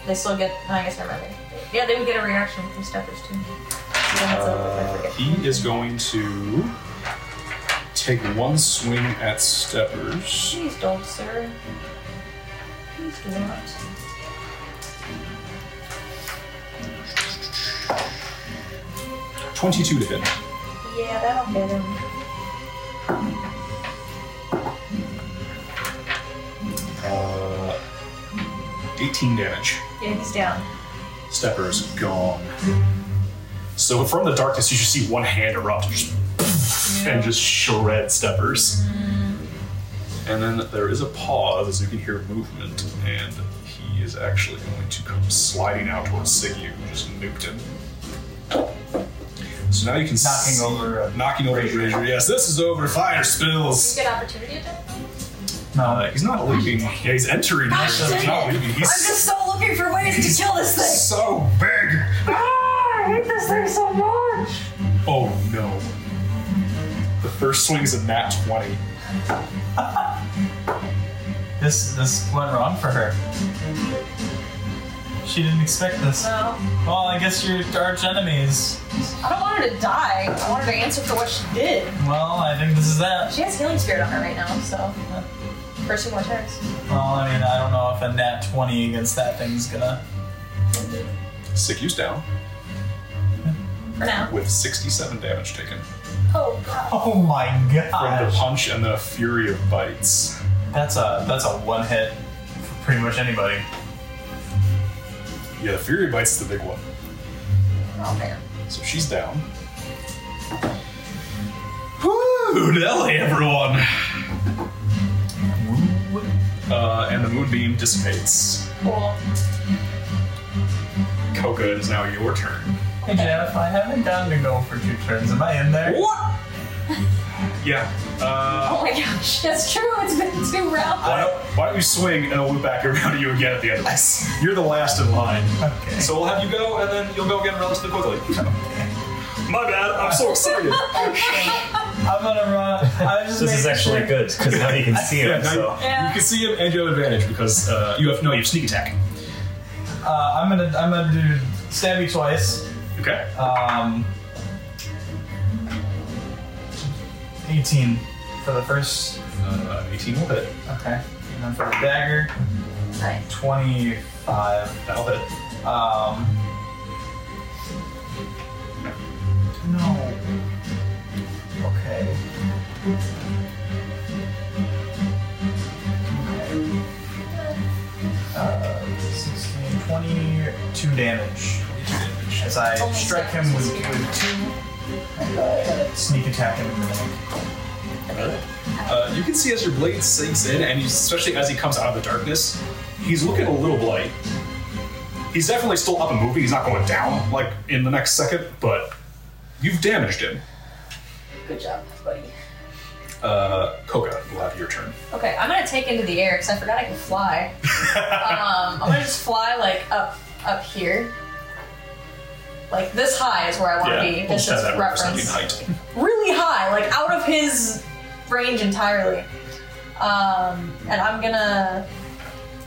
they still get. no, I guess never mind. Yeah, they would get a reaction from Steppers too. Yeah, that's over. I
Uh,
forget.
he is going to take one swing at Steppers.
Please don't, sir. Please do not.
Twenty-two to hit.
Yeah, that'll get him.
Uh, Eighteen damage.
Yeah, he's down.
Steppers gone. So from the darkness, you just see one hand erupt just and just shred Steppers. And then there is a pause as you can hear movement, and he is actually going to come sliding out towards Siggy, who just nuked him. So now you can
Knocking
see-
over a
knocking over the brazier. Yes, this is over. Fire spills.
Good opportunity attack.
No.
Uh, he's not leaving. Yeah, he's entering. Here, so he's not leaving. He's
I'm just so looking for ways to kill this thing.
so big.
Ah, I hate this thing so much.
Oh no. The first swing's a nat 20.
This this went wrong for her. She didn't expect this.
No,
Well, I guess your arch enemies.
I don't want her to die. I want her to answer for what she did.
Well, I think this is that.
She has healing spirit on her right now, so for two more turns.
Well, I mean, I don't know if a nat 20 against that thing's gonna.
Sick use down
For now.
with 67 damage taken
Oh god.
Oh my
from the
god!
punch and the fury of bites.
That's a that's a one hit for pretty much anybody.
Yeah, the fury of bites is the big one.
Oh man.
So she's down. Woo, Nelly, everyone! Uh, and the moonbeam dissipates.
Cool.
Coca, it is now your turn.
Hey Jeff, I haven't gotten to go for two turns. Am I in there?
What? Yeah. Uh,
Oh my gosh. (laughs) That's true. It's been two rounds.
Why don't, why don't you swing and I'll loop back around (laughs) to you again at the end of this? You're the last in line.
Okay.
So we'll have you go and then you'll go again relatively quickly. My bad, I'm so (laughs) excited.
I'm gonna run. I was just
This is
making
actually
sure.
good because now you can see
yeah,
him.
now you,
So
Yeah.
you can see him and you have advantage because uh, you have no, you have sneak attack.
Uh, I'm gonna I'm gonna do stab you twice.
Okay.
Um, 18 for the first.
Uh, 18 will hit.
Okay. And then for the dagger,
Nice.
25.
That'll hit.
Um, no. Okay. two Uh, damage as I strike him with, with two and uh, sneak attack him in the neck.
Uh, you can see as your blade sinks in, and you, especially as he comes out of the darkness, he's looking a little blight. He's definitely still up and moving. He's not going down like in the next second, but you've damaged him.
Good job, buddy.
Uh, Coca, we'll have your turn.
Okay, I'm gonna take into the air because I forgot I
(laughs)
can fly. um, I'm gonna just fly like up up here. Like this high is where I want to be.
we'll just have
distance
that representing
reference.
height.
Really high, like out of his range entirely. Um, and I'm gonna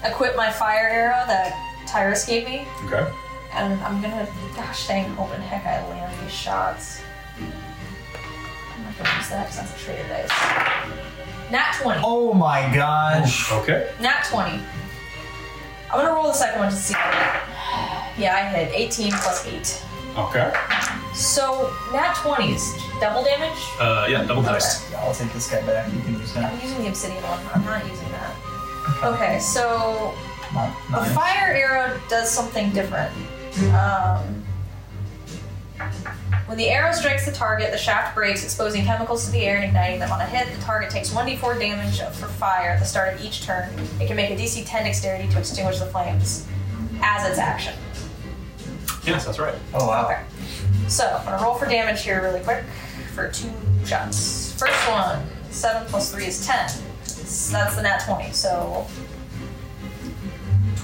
equip my fire arrow that Tyrus gave me,
Okay.
and I'm gonna gosh dang open heck I land these shots. I'm not gonna use that because that's a traitor dice. Nat 20.
Oh my gosh.
Okay.
Nat 20. I'm gonna roll the second one to see. Yeah, I hit 18 plus 8.
Okay.
So, nat 20s. Double damage?
Uh, yeah, double dice.
Yeah, I'll take this guy back. You can use that.
I'm using the obsidian one. I'm not using that. Okay, so
Not,
the
not
fire arrow does something different. Um, when the arrow strikes the target, the shaft breaks, exposing chemicals to the air and igniting them. On a hit, the target takes 1d4 damage for fire at the start of each turn. It can make a DC 10 dexterity to extinguish the flames as its action.
Yes, that's right.
oh wow.
Okay. So, I'm gonna roll for damage here really quick for two shots. First one, 7 plus 3 is 10. So that's the nat 20, so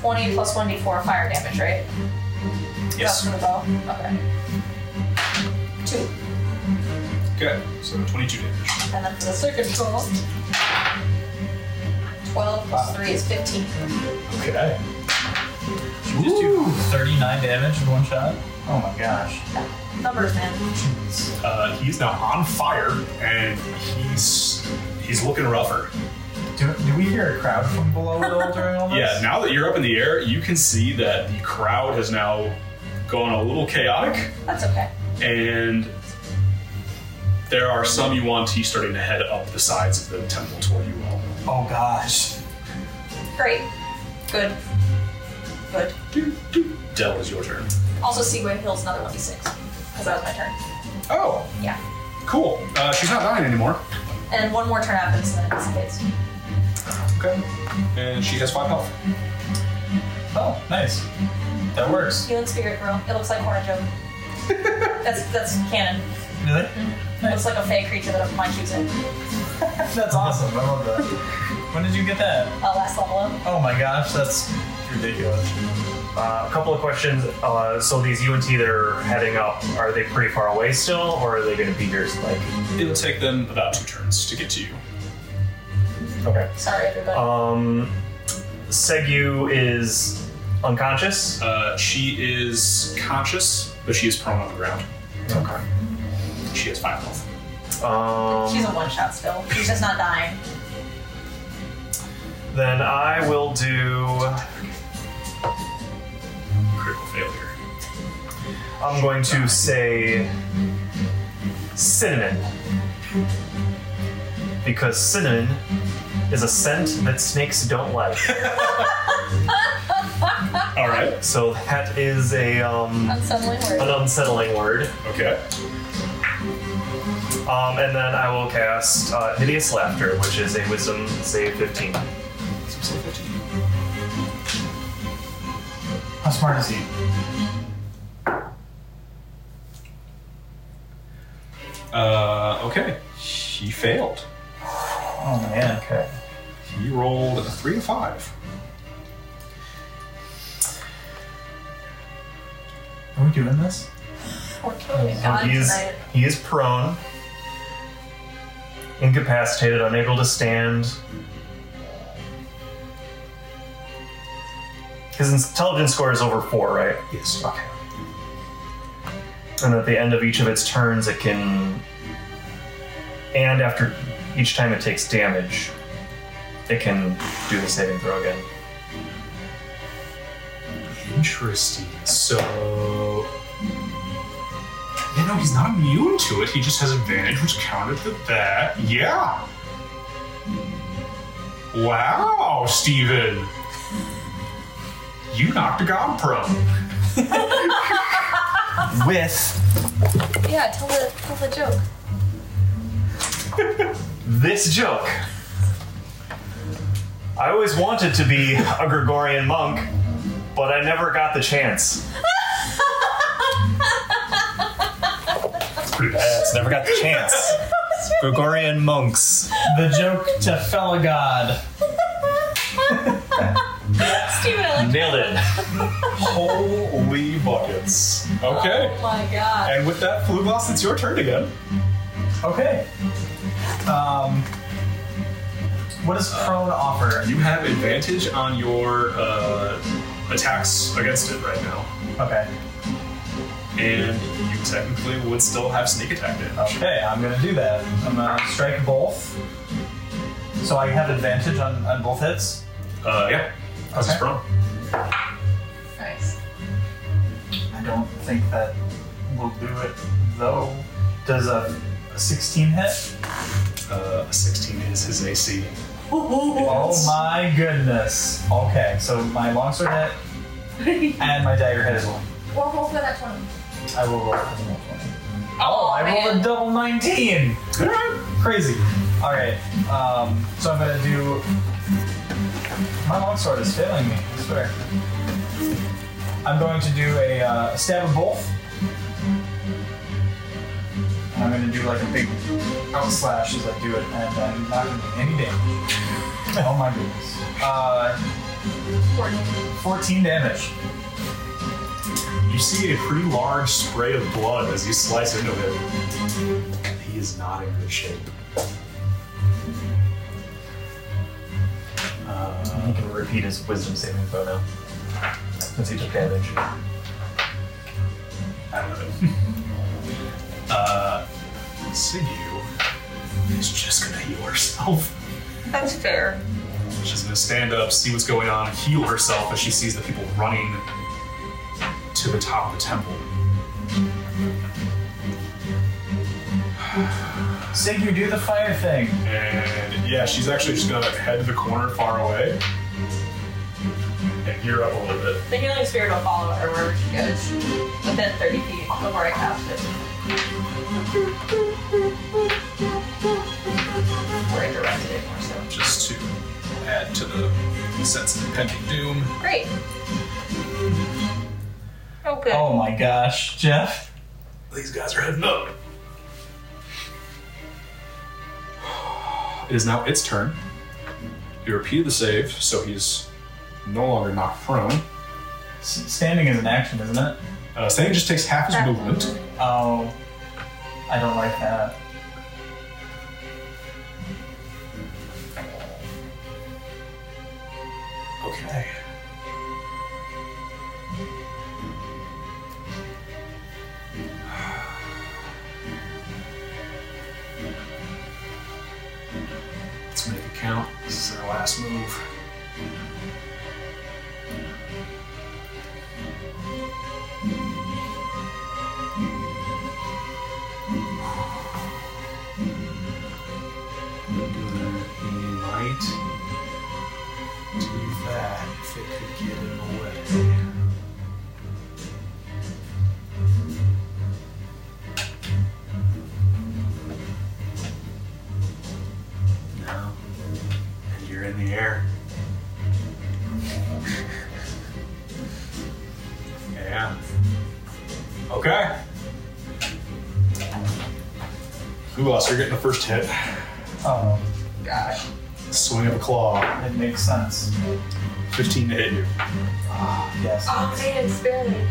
20 plus 1d4 fire damage, right? That's
Yes.
for the bow. Okay. Two.
Okay. So 22 damage.
And then for the circuit control, 12 plus 3 is 15.
Okay.
Should we just do 39 damage in one shot? Oh my gosh.
Numbers, man.
Uh, he's now on fire, and he's he's looking rougher.
Do, do we hear a crowd from below at all during all this?
Yeah, now that you're up in the air, you can see that the crowd has now gone a little chaotic,
That's okay.
and there are some Yuan-Ti starting to head up the sides of the temple toward you all.
Oh gosh.
Great. Good. Good.
Dell, is your turn.
Also, Seaway heals another 1d6. Because that was my turn.
Oh,
Yeah.
cool. Uh, she's not dying anymore.
And one more turn happens, and then it dissipates.
Okay. And she has five health.
Oh, nice. That works.
Healing spirit, girl. It looks like Hornet Joke. that's that's canon.
Really?
It looks like a fey creature that might choose it.
That's awesome. I love that. When did you get that?
Uh, last level up.
Oh my gosh, that's ridiculous.
Uh, a couple of questions. Uh, so these UNT that are heading up, are they pretty far away still, or are they going to be here? Like,
It'll take them about two turns to get to you.
okay.
Sorry, everybody.
Um, Segu is unconscious.
Uh, she is conscious, but she is prone on the ground.
Okay.
She has five health.
Um,
She's a one shot still. She's just not dying.
Then I will do.
Critical failure.
I'm going to say cinnamon. Because cinnamon is a scent that snakes
(laughs)
don't like.
All right.
so that is a um, an
Unsettling word.
unsettling word.
Okay.
Um, and then I will cast uh, Hideous Laughter, which is a Wisdom save 15.
How smart is he?
Uh, okay. He failed.
Oh man. Okay.
He rolled a three to five.
Are we doing this?
We're killing a
So
god
he is
tonight.
he is prone, incapacitated, unable to stand. His intelligence score is over four, right?
Yes.
Okay. And at the end of each of its turns, it can. And after each time it takes damage, it can do the saving throw again.
Interesting. So. You know, he's not immune to it. He just has advantage, which counted to that. Yeah. Wow, Steven. You knocked a god prone.
with
Yeah, tell the tell the joke. (laughs)
this joke. I always wanted to be a Gregorian monk, but I never got the chance. That's pretty badass. Never got the chance. Gregorian monks.
the joke to fella god.
Steven, I like
Nailed it.
Holy buckets. Okay.
Oh my god.
And with that, Fluglass, it's your turn again.
Okay. Um, what does prone offer?
You have advantage on your uh, attacks against it right now.
Okay.
And you technically would still have sneak attack damage.
Okay, I'm gonna do that. I'm gonna strike both. So I have advantage on, on both hits.
Uh, yeah. That's
Okay.
from.
Nice.
I don't think that will do it though. Does a, a 16 hit?
Uh, 16 is his AC.
Oh my goodness. Okay, so my longsword hit and my dagger hit as well.
Well, roll for that twenty.
I will roll for the roll for it.
Oh,
I rolled a
man.
double 19!
(laughs)
Crazy. Alright, um, so I'm gonna do. My longsword is failing me, I swear. I'm going to do a uh, stab of both. And I'm gonna do like a big out slash as I do it, and I'm not gonna do any damage. (laughs) oh my goodness. Uh, 14 damage.
You see a pretty large spray of blood as you slice into him. He is not in good shape.
He can repeat his wisdom saving throw now. Since he took damage.
out of it. (laughs) uh, Sinew is just gonna heal herself.
That's fair.
She's gonna stand up, see what's going on, heal herself as she sees the people running to the top of the temple.
Sig, you do the fire thing.
And yeah, she's actually just gonna head to the corner far away and gear up a little bit.
The healing spirit will follow her wherever she goes. Within 30 feet before I cast it. Or indirect it more so.
Just to add to the sense of impending doom.
Great. Oh, good.
Oh my gosh, Jeff.
These guys are heading up. It is now its turn. You repeated the save, so he's no longer knocked prone.
S- standing is an action, isn't it?
Uh, standing just takes half his movement.
Oh, I don't like that.
Okay. Let's make it count. This is their last move. He might do that if it could get in the way. No. And you're in the air. yeah. Okay. Who else? You're getting the first hit.
Oh,
Swing of a claw.
it makes sense.
15 to hit you.
Yes.
Oh, man, it's barely.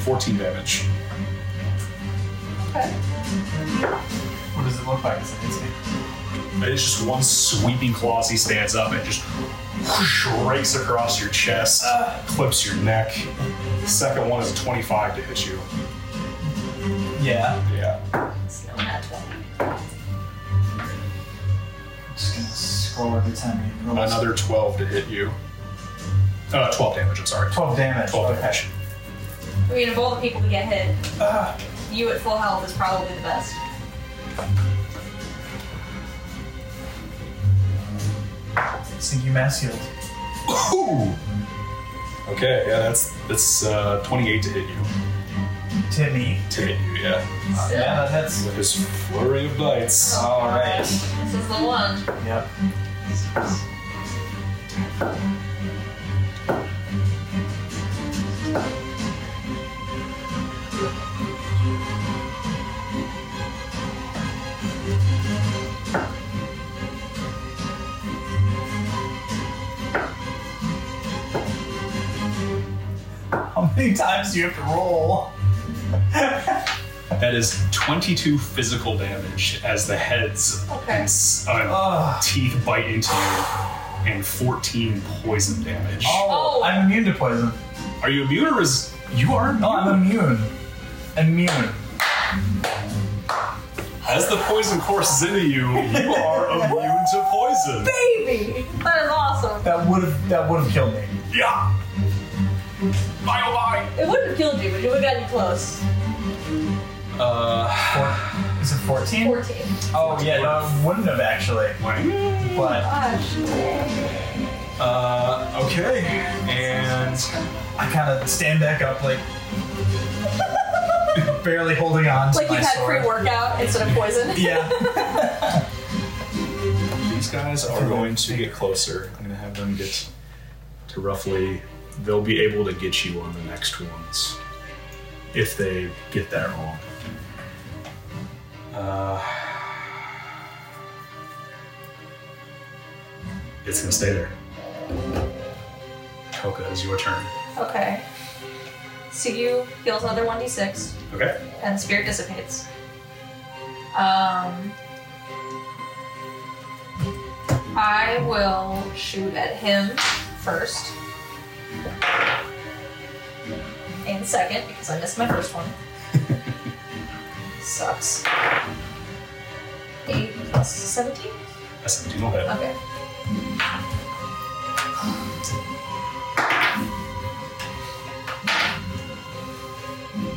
Fourteen damage.
Okay.
What does it look like? Is it instant?
It's just one sweeping claw as he stands up and just whoosh, rakes across your chest, clips your neck. Second one is a 25 to hit you.
Yeah.
Yeah.
It's no natural.
I'm just gonna scroll every time you roll.
Another 12 to hit you. Uh, 12 damage, I'm sorry.
12 damage.
12
okay.
damage.
I mean, of all the people to get hit,
Ah,
you at full health is probably the best.
Sneaky mass healed.
Ooh. Okay, yeah, that's that's uh, 28 to hit you.
Timmy.
To hit you, yeah.
Uh, yeah, that hits.
With his flurry of bites.
Oh, All right.
This is the one.
Yep. How many times do you have to roll?
That is 22 physical damage as the heads
Okay.
and s- uh,
Ugh.
teeth bite into you, and 14 poison damage.
Oh,
Oh.
I'm immune to poison.
Are you immune or is you are
No,
immune?
Oh, I'm immune. Immune.
As the poison courses into you, you
(laughs)
are immune to poison.
Baby! That is awesome.
That would have that would have killed me.
Yeah. Bye oh bye.
It wouldn't have killed you, but it would have gotten you close.
Uh,
Four, is it 14?
14.
Oh yeah, no, it wouldn't have actually.
wait.
But
Gosh.
Uh, okay. And
I kind of stand back up, like (laughs) barely holding on.
Like
to
you
my
had
sword.
pre workout instead of poison.
Yeah.
these guys are going to get closer. I'm gonna have them get to roughly. They'll be able to get you on the next ones if they get that wrong. Uh, it's gonna stay there. Toka, it's your turn.
Okay. So you heals another 1d6,
Okay.
and spirit dissipates. Um. I will shoot at him first. And second, because I missed my first one. Sucks. 8 plus 17?
That's 17 will hit.
Okay.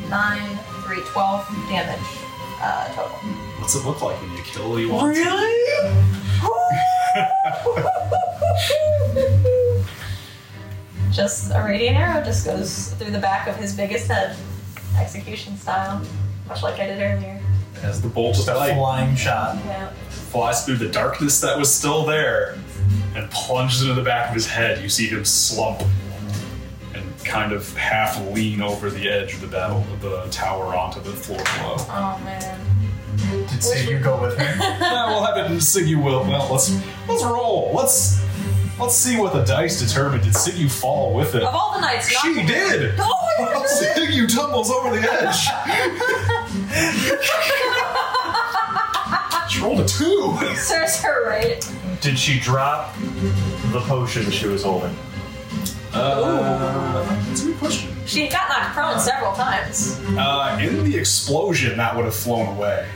Nine, three, twelve damage uh, total. (laughs)
What's it look like when you kill you want?
just a radiant arrow just goes through the back of his biggest head, execution style, much like I did earlier.
As the bolt of light
Flying shot.
Yeah.
flies through the darkness that was still there and plunges into the back of his head, you see him slump and kind of half lean over the edge of the battle of the tower onto the floor
(laughs)
below.
Oh man.
Did Sigu go with
(laughs)
me?
yeah, we'll have it in Siggy will. Well, let's let's roll. Let's let's see what the dice determined. Did Siggy fall with it?
Of all the knights,
She
not-
did!
Oh my gosh!
(laughs) Siggy tumbles over the
(laughs)
edge. she rolled a two.
Serves her right.
Did she drop the potion she was holding?
Uh, that's a good question.
She got knocked prone several times.
Uh, in the explosion, that would have flown away.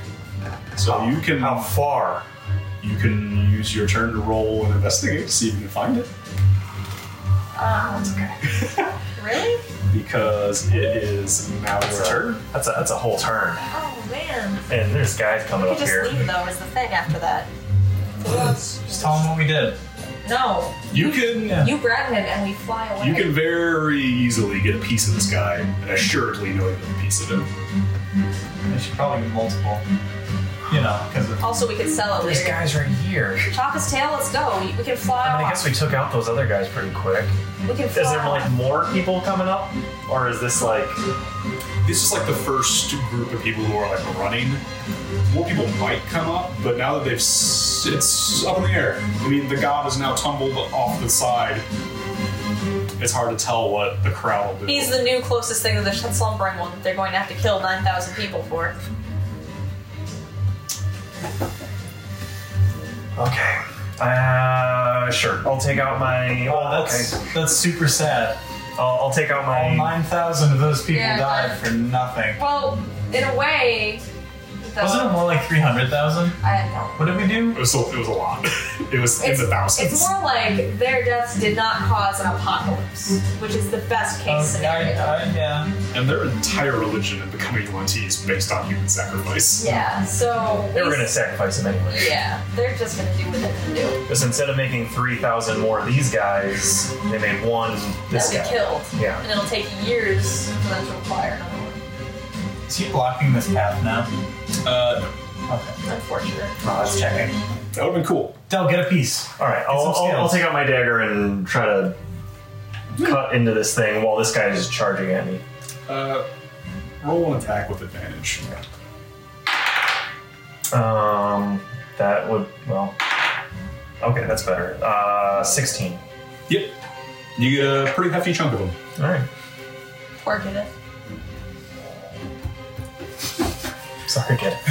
So you can
How far?
you can use your turn to roll and investigate, see if you can find it,
Um, (laughs) really?
because it is Mal's turn.
That's a that's a whole turn.
Oh man.
And there's guys coming
We
up
just
here.
leave though is the thing after that.
Just tell him what we did.
No.
You can
You grab him and we fly away.
you can very easily get a piece of this guy, and assuredly know you have a piece of him.
It should probably be multiple. You know, because of
Also, we could sell it
These
later.
guys right here.
Chop his tail. Let's go. We can fly
I mean, I
off.
guess we took out those other guys pretty quick.
we, can fly
Is there like
off.
more people coming up, or is this like?
This is like the first group of people who are like running. More people might come up, but now that they've s- it's up in the air. I mean, the god is now tumbled off the side. It's hard to tell what the crowd will do.
He's the new closest thing to the slumbering one that they're going to have to kill 9,000 people for.
Okay. Uh, sure. I'll take out my.
Wow,
Oh,
that's
okay.
that's super sad.
I'll, I'll take out
All
my.
nine thousand of those people
Yeah,
died
but-
for nothing.
Well, in a way,
Wasn't it more like 300,000?
I have no.
What did we do?
It was, a- it was a
(laughs)
lot. It was in
It's,
the thousands.
it's more like their deaths did not cause an apocalypse, which is the best case
Oh,
scenario.
I- I- yeah.
and their entire religion and becoming one is based on human sacrifice.
Yeah, so
They were
we-
gonna sacrifice him anyway.
Yeah, they're just gonna do what they're gonna do.
Because instead of making 3,000 more of these guys, they made one this
They'll
guy.
be killed.
Yeah.
And it'll take years for them to acquire another one.
Is he blocking this path now?
Uh,
Okay.
Unfortunate.
Oh, let's check it.
that would have been cool.
Del, get a piece.
All right, I'll,
some
I'll, I'll
scales.
take out my dagger and try to cut into this thing while this guy is charging at me.
Uh, roll an attack with advantage.
Um, that would well. Okay, that's better. Uh, 16.
Yep. You get a pretty hefty chunk of them.
All right.
Poor kid.
Sorry, kid. (laughs)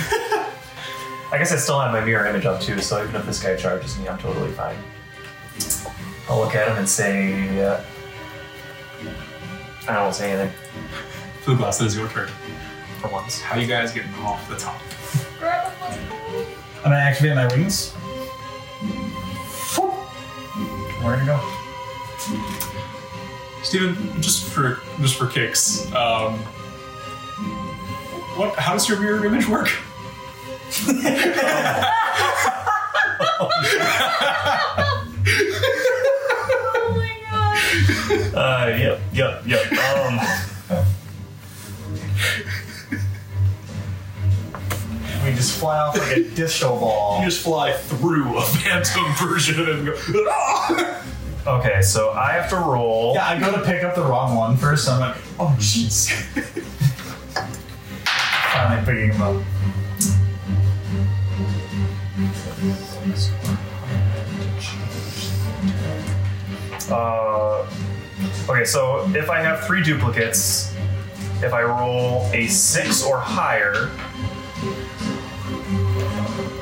I guess I still have my mirror image up too, so even if this guy charges me, I'm totally fine. I'll look at him and say, uh, I won't say anything
Blue glass, it is your turn.
for once.
How you guys getting off the top?
Grab him like,
I'm gonna activate my wings. Where to go?
Steven, just for just for kicks, um, what? How does your mirror image work?
oh my god.
Uh, yep, yep, yep. Um,
We just fly off like a (laughs) disco
You
ball.
just fly through a phantom version of it and go. "Ah!"
okay, so I have to roll.
Yeah, I go to pick up the wrong one first, so I'm like, oh (laughs) jeez. Finally picking him up.
Uh, okay, so if I have three duplicates, if I roll a six or higher,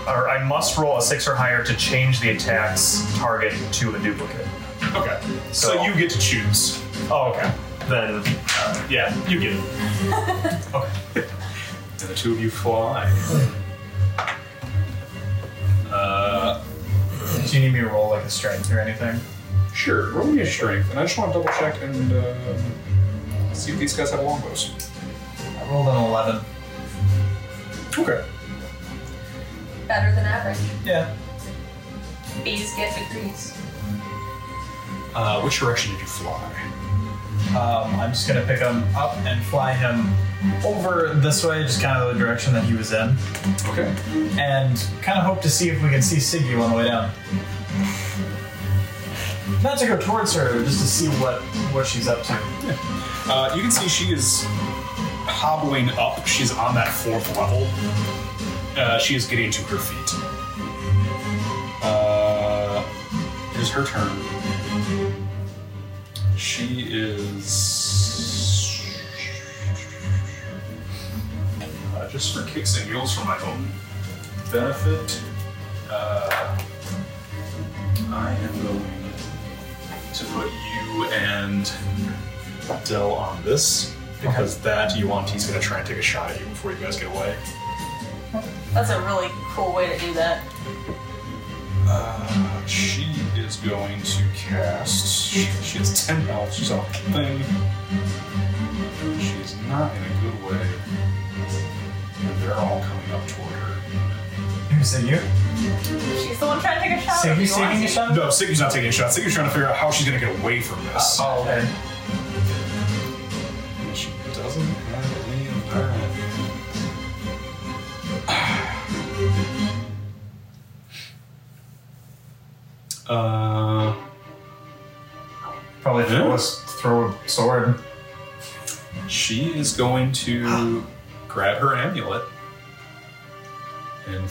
or I must roll a six or higher to change the attack's target to a duplicate.
Okay, so,
So-
you get to choose.
Oh, okay. Then, uh,
Yeah, you get it. okay. And the two of you fly. Uh,
Do you need me to roll like a strength or anything?
sure. Roll me a strength, and I just want to double check and uh, see if these guys have longbows.
I rolled an 11.
Okay.
Better than average.
Yeah.
Bees get degrees.
Uh, which direction did you fly?
Um, I'm just gonna pick him up and fly him over this way, just kind of the direction that he was in,
Okay.
and kind of hope to see if we can see Siggy on the way down. Not to go towards her, just to see what what she's up to.
Uh, you can see she is hobbling up. She's on that fourth level. Uh, she is getting to her feet. Uh, it is her turn. She is. Uh, just for kicks and giggles for my own benefit, uh, I am going to put you and Dell on this because that E you want he's going to try and take a shot at you before you guys get away.
That's a really cool way to do that.
Uh, she is going to cast. She, she has ten health. She's on a thing. She's not in a good way. And they're all coming up toward her.
Who's it? You?
She's the one trying to take a shot. if
Siggy
you want
taking a
to.
shot?
No, Siggy's not taking a shot. Siggy's trying to figure out how she's going to get away from this.
Oh, okay.
She doesn't have any of that. Uh,
Probably throw a, s- throw a sword.
she is going to grab her amulet and (laughs)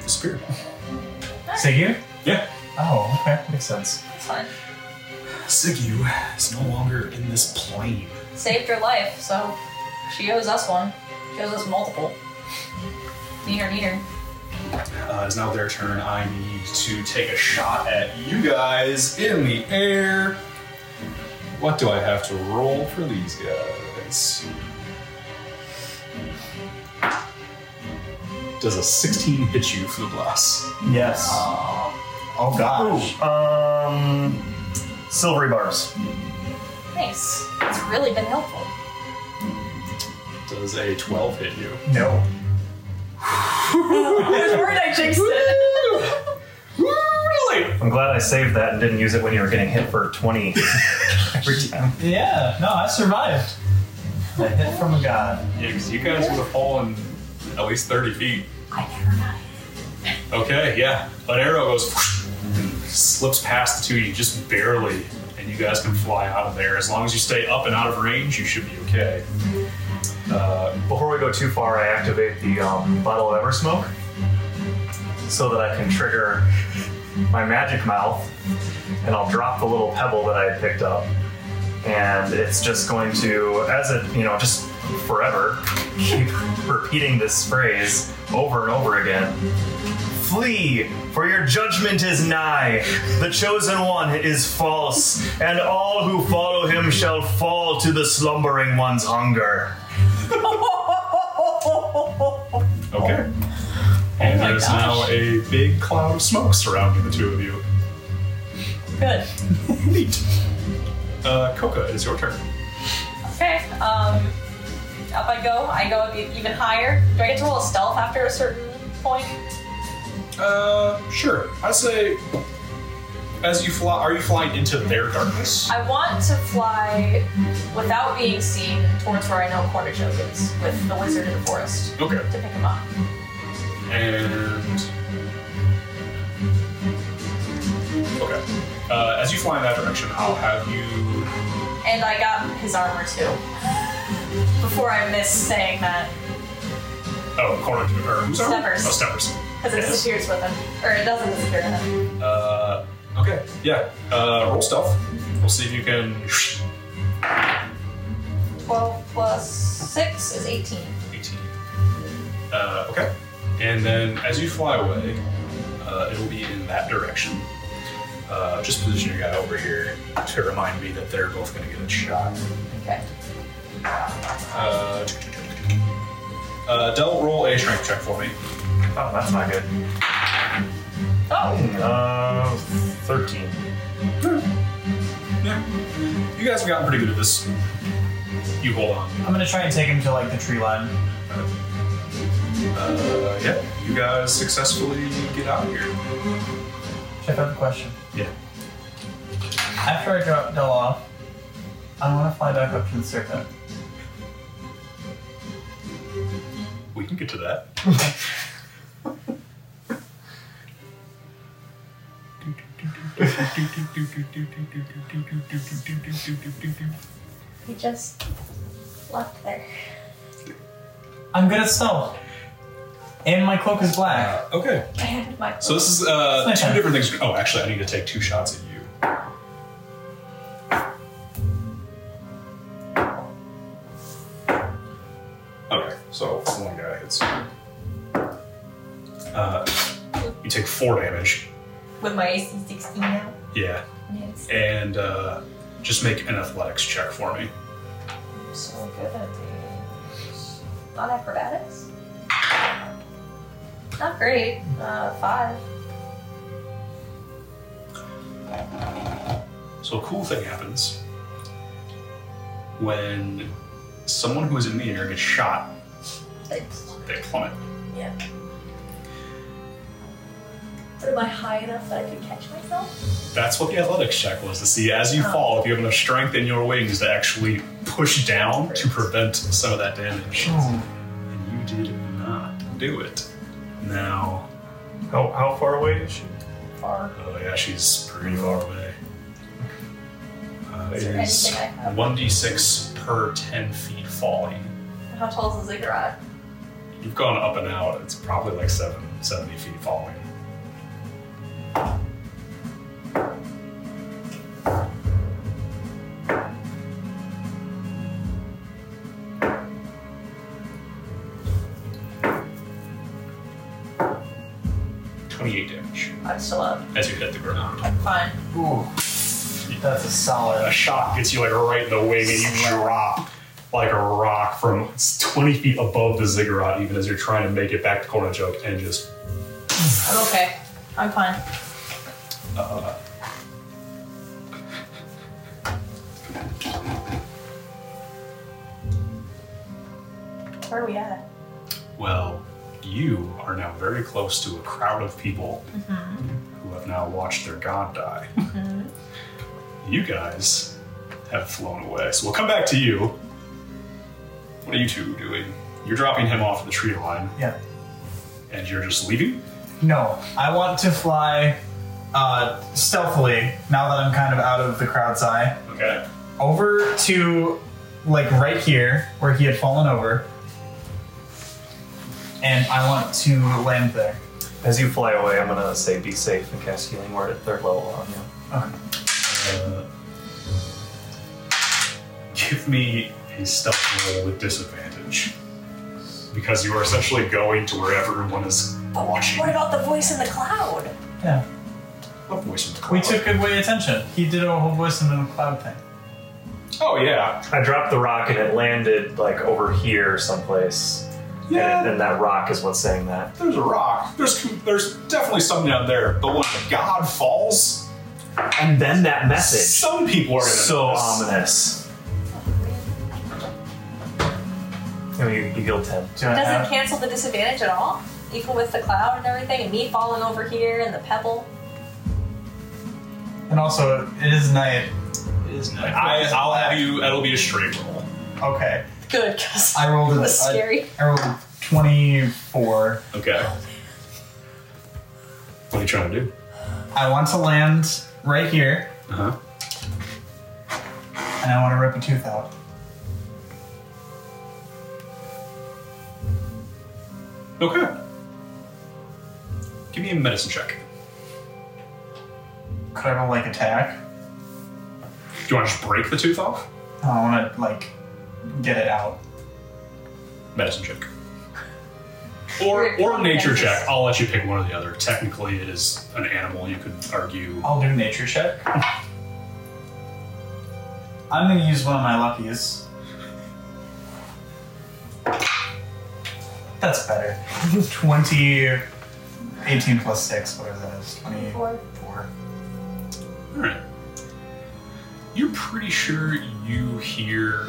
disappear.
Siggy?
Yeah.
Oh, okay. Makes sense.
It's fine.
Sigyu is no longer in this plane.
Saved her life, so she owes us one. She owes us multiple. Need her, need her.
Uh, it's now their turn. I need to take a shot at you guys in the air. What do I have to roll for these guys? Does a 16 hit you for the blast?
Yes. oh gosh.
Ooh, um, silvery bars.
Nice. It's really been helpful. (laughs)
Does a 12 hit you? (laughs)
No.
Word I jinxed it.
Really?
I'm glad I saved that and didn't use it when you were getting hit for (laughs) 20 every time.
Yeah. No, I survived. A hit from a god.
Yeah, because you guys would have fallen at least 30 feet. Okay, yeah. An arrow goes and slips past the two of you just barely, and you guys can fly out of there. As long as you stay up and out of range, you should be okay.
Uh, before we go too far, I activate the um, bottle of Eversmoke so that I can trigger my magic mouth, and I'll drop the little pebble that I had picked up, and it's just going to, as it, you know, just forever, keep repeating this phrase over and over again. Flee, for your judgment is nigh. The chosen one is false, and all who follow him shall fall to the slumbering one's hunger.
Okay. And there's
Oh
now a big cloud of smoke surrounding the two of you.
Good.
Neat. Uh, Coca, it is your turn.
Okay. Um, up I go. I go up e- even higher. Do I get to roll a stealth after a certain point?
Uh, sure. I'd say, as you fly, are you flying into their darkness?
I want to fly without being seen towards where I know Cornichok is with the wizard in the forest
Okay.
to pick him up.
And okay. Uh, as you fly in that direction, I'll have you.
And I got his armor too. Before I miss saying that,
Oh, corner to or who's armor?
Steppers.
Oh, steppers.
because it
Yes.
disappears with him, or it doesn't disappear to him.
Uh, okay. Yeah. Uh, roll stealth. We'll see if you can.
12 plus 6 is 18.
18. Uh, okay. And then as you fly away, uh, it'll be in that direction. Uh, just position your guy over here to remind me that they're both going to get a shot.
Okay.
Uh, uh, Del, roll a strength check for me.
Oh, that's not good.
Oh!
Uh, 13.
Hmm. Yeah. You guys have gotten pretty good at this. You hold on.
I'm gonna try and take him to like the tree line.
Uh, yeah. You guys successfully get out of here.
Check out the question.
Yeah.
After I drop Del off, I want to fly back up to the circuit.
We can get to that.
He just left there.
I'm good at stealth. And my cloak is black.
Okay.
I had my.
So this is uh, two different things. Oh, actually, I need to take two shots at you. Okay, so one guy hits you. Uh, you take four damage.
with my AC 16 now.
Yeah,
Yes.
and uh, just make an athletics check for me.
I'm so good at these. Not acrobatics. Not great. Uh, five.
So a cool thing happens when someone who is in the air gets shot.
Six.
They plummet.
Yeah. But am I high enough that I could catch myself?
That's what the athletics check was to see as
Oh.
you fall if you have enough strength in your wings to actually push down to prevent some of that damage.
Oh.
And you did not do it. Now,
How, how far away is she?
Or
oh yeah, she's pretty far away. Uh, it
Is there
is
anything I have?
1d6 per 10 feet falling.
how tall is the ziggurat?
You've gone up and out. It's probably like seven, 70 feet falling. Twenty-eight damage
I'm still up.
as you hit the ground.
Fine.
Ooh. That's a solid.
A shot gets you like right in the wing, and you drop like a rock from 20 feet above the ziggurat, even as you're trying to make it back to Corner Joke, and just
I'm okay. I'm fine. Where are we at?
Well, you are now very close to a crowd of people
Mm-hmm.
who have now watched their god die.
Mm-hmm.
You guys have flown away. So we'll come back to you. What are you two doing? You're dropping him off at the tree line,
Yeah.
and you're just leaving?
No, I want to fly uh, stealthily now that I'm kind of out of the crowd's eye
Okay.
over to like right here where he had fallen over, and I want to land there.
As you fly away, I'm gonna say be safe and cast healing word at third level on you.
Okay.
Uh, give me a stealth roll with disadvantage. Because you are essentially going to where everyone is watching.
What about the voice in the cloud?
Yeah,
What voice in the
we
cloud?
took away attention. He did a whole voice in the cloud thing.
Oh yeah.
I dropped the rock and it landed like over here someplace.
Yeah.
And, and that rock is what's saying that.
There's a rock. There's there's definitely something down there. But when God falls,
And then that message.
some people are gonna
So
notice.
ominous. I mean, Oh, you, you heal 10.
Do I
Doesn't
have-
cancel the disadvantage at all? Even with the cloud and everything, and me falling over here and the pebble.
and also, it is night.
I, I'll have you. It'll be a straight roll.
Okay,
Good, because
I rolled. a-
was
I-
scary.
I rolled a twenty-four.
Okay. What are you trying to do?
I want to land right here,
Uh huh.
and I want to rip a tooth out.
Okay. Give me a medicine check.
Could I roll like attack?
Do you want to just break the tooth off?
I want to like get it out.
Medicine check. Or or nature check. I'll let you pick one or the other. Technically, it is an animal. You could argue.
I'll do nature check. I'm gonna use one of my luckies. That's better. (laughs) 20, 18 plus 6, whatever that is. 24.
All right. You're pretty sure you hear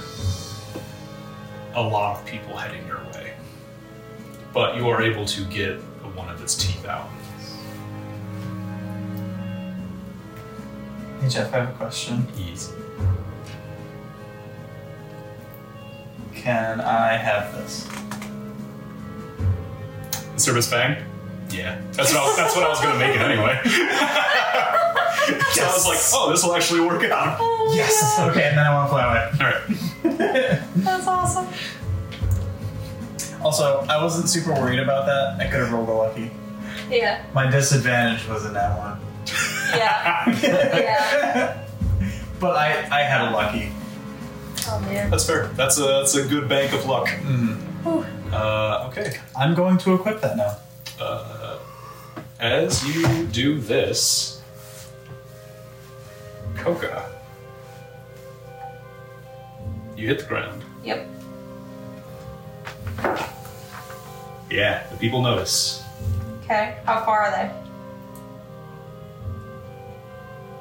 a lot of people heading your way, but you are able to get one of its teeth out.
Hey Jeff, I have a question.
Easy.
Can I have this?
Service bang. Yeah, that's what I was, that's what I was gonna make it anyway. (laughs) So I was like, oh, this will actually work out. All
Oh,
Yes! (laughs) Okay, and then I want to fly away.
right.
That's awesome.
Also, I wasn't super worried about that. I could have rolled a lucky.
Yeah,
My disadvantage was in that one. (laughs)
yeah, yeah.
But I, I had a lucky.
Oh man.
That's fair. That's a that's a good bank of luck.
Whew.
Mm-hmm. Uh, okay.
I'm going to equip that now.
As you do this, Coca, you hit the ground.
Yep.
Yeah, the people notice.
Okay. How far are they?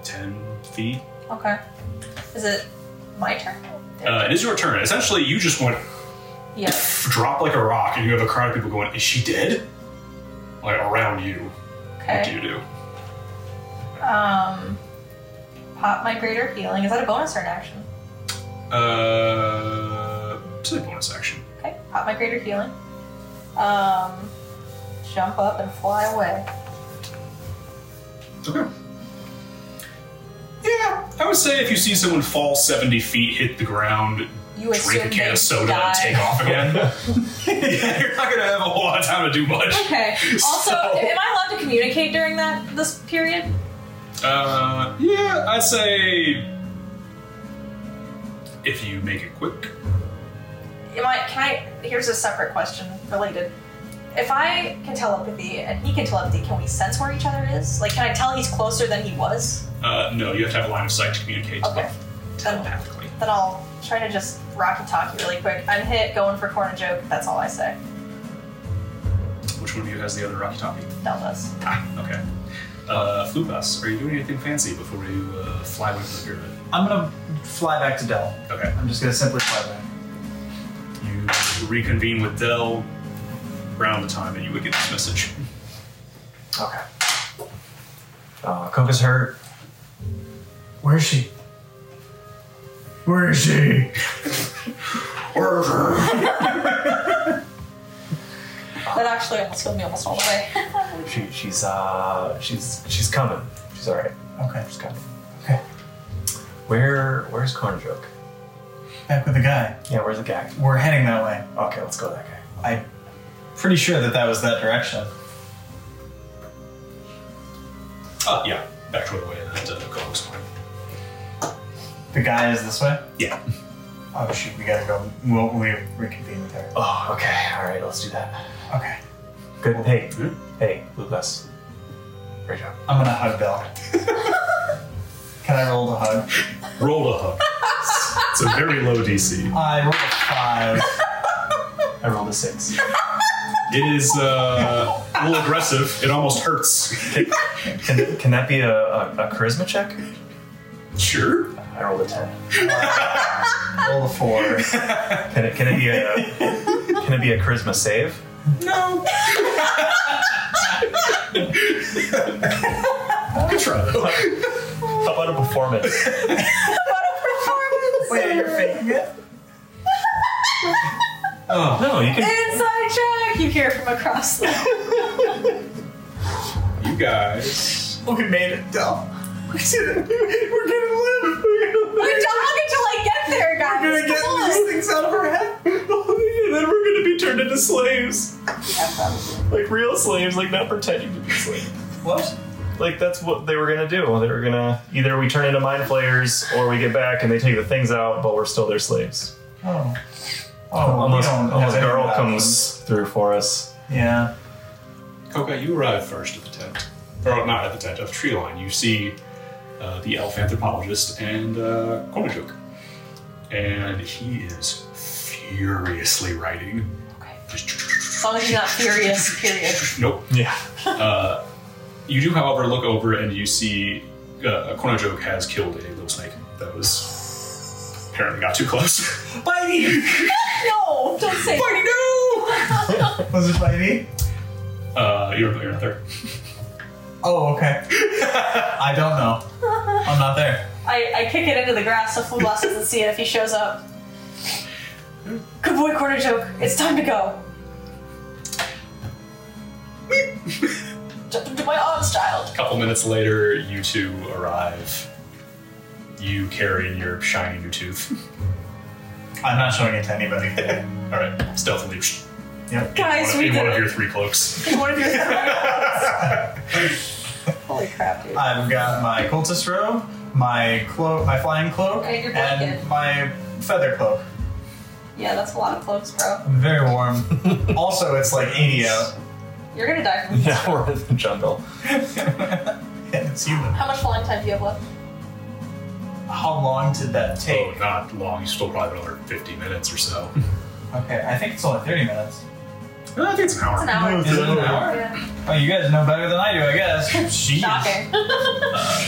Ten feet.
Okay. Is it my turn?
Uh, it is your turn. Essentially, you just went
Yeah.
drop like a rock, and you have a crowd of people going, "Is she dead?" Like around you. What do
Okay.
you do?
Um, pop my greater healing. Is that a bonus or an action?
Uh, it's a bonus action.
Okay. Pop my greater healing. Um, jump up and fly away.
Okay. Yeah, I would say if you see someone fall 70 feet, hit the ground,
You
drink a
assume
can
they
of soda,
die.
and take off again, (laughs) yeah, you're not going to have a whole lot of time to do much.
(laughs) Okay. Also,
So-
am I allowed to communicate during that this period?
Uh, yeah, I'd say if you make it quick.
Am I? Can I? Here's a separate question related. If I can telepathy and he can telepathy, can we sense where each other is? Like, can I tell he's closer than he was?
Uh, no, you have to have a line of sight to communicate
Okay. Then,
telepathically.
then I'll try to just Rocky Talkie really quick. I'm hit going for corner joke. That's all I say.
Which one of you has the other Rocky Toppy?
That does.
Ah, okay. Uh, Flubus, are you doing anything fancy before you uh, fly away from the pyramid?
I'm gonna fly back to Dell.
Okay.
I'm just gonna simply fly back.
You reconvene with Dell around the time that you would get this message.
Okay. Uh, Coca's hurt. Where is she? Where is she?
That actually almost killed me almost all the way.
She, she's uh she's she's coming. She's all right.
Okay,
She's coming.
okay.
Where where's Corner Joke?
Back with the guy.
Yeah, where's the guy?
We're heading that way.
Okay, let's go that guy.
I'm pretty sure that that was that direction.
Uh, yeah, back to the way that uh, Cole was going.
The guy is this way.
Yeah.
Oh shoot, we gotta go. We'll, we reconvene with her.
Oh, okay. All right, let's do that.
Okay.
Good. Hey,
Mhm.
hey, Lucas. Great job.
Hmm? I'm gonna hug
(laughs)
Bell. Can I roll the hug?
Roll a hook. it's a very low DC.
I rolled a five.
(laughs) I rolled a six.
It is uh, a little aggressive. It almost hurts.
(laughs) Can, can that be a, a, a charisma check?
Sure.
I rolled a ten.
roll a
(laughs)
four.
Can it can it be a can it be a charisma save?
I try though.
How about a performance?
Wait, you're faking it?
No, you
(laughs)
can.
Inside check! You hear from across (laughs) the
You guys.
We made it. Dell. We did it. We're gonna live.
We don't look until I get there, guys.
We're gonna get
Come on.
these things out of our head.
And then we're gonna be turned into slaves,
Yeah, probably.
like real slaves, like not pretending to be slaves.
What?
Like that's what they were gonna do. They were gonna either we turn into mind flayers or we get back and they take the things out, but we're still their slaves.
Oh. Oh, well,
Unless,
we don't
unless
have any
Garl
weapons.
comes through for us.
Yeah.
Coca, you arrive first at the tent. Or not at the tent, at the tree line. You see uh, the elf anthropologist and uh, Kornajuk. And he is furiously writing.
As long as he's not furious, period.
Nope.
Yeah.
Uh, you do, however, look over and you see uh, Kornajuk has killed a little snake that was apparently got too close.
Bitey!
No, don't say that.
Was it Bitey?
Uh, you're, you're not there.
Oh, okay. (laughs) I don't know. I'm not there.
(laughs) I, I kick it into the grass so Fublas doesn't see it if he shows up. Good boy, corner joke. It's time to go. Jump into my arms, child.
A couple minutes later, you two arrive. You carry your shiny new (laughs) tooth.
I'm not showing it to anybody. (laughs)
All right, stealthily.
yep.
Guys,
one,
we
in one
did
of your
it.
three cloaks.
In one of your
(laughs)
Holy crap, dude.
I've got my cultist robe, my cloak, my flying cloak,
And your blanket.
and my feather cloak.
Yeah, that's a lot of cloaks, bro.
I'm very warm. also, it's like 80 out.
You're gonna die from this.
Yeah, we're in the jungle.
And it's human.
How much flying time do you have left?
How long did that
Oh,
take?
not long. You still probably another 50 minutes or (laughs) so.
Okay, I think it's only 30 minutes.
Uh, I think it's an hour.
It's an hour.
Is it an hour?
Yeah.
Oh, you guys know better than I do, I guess. Jeez.
Shocking.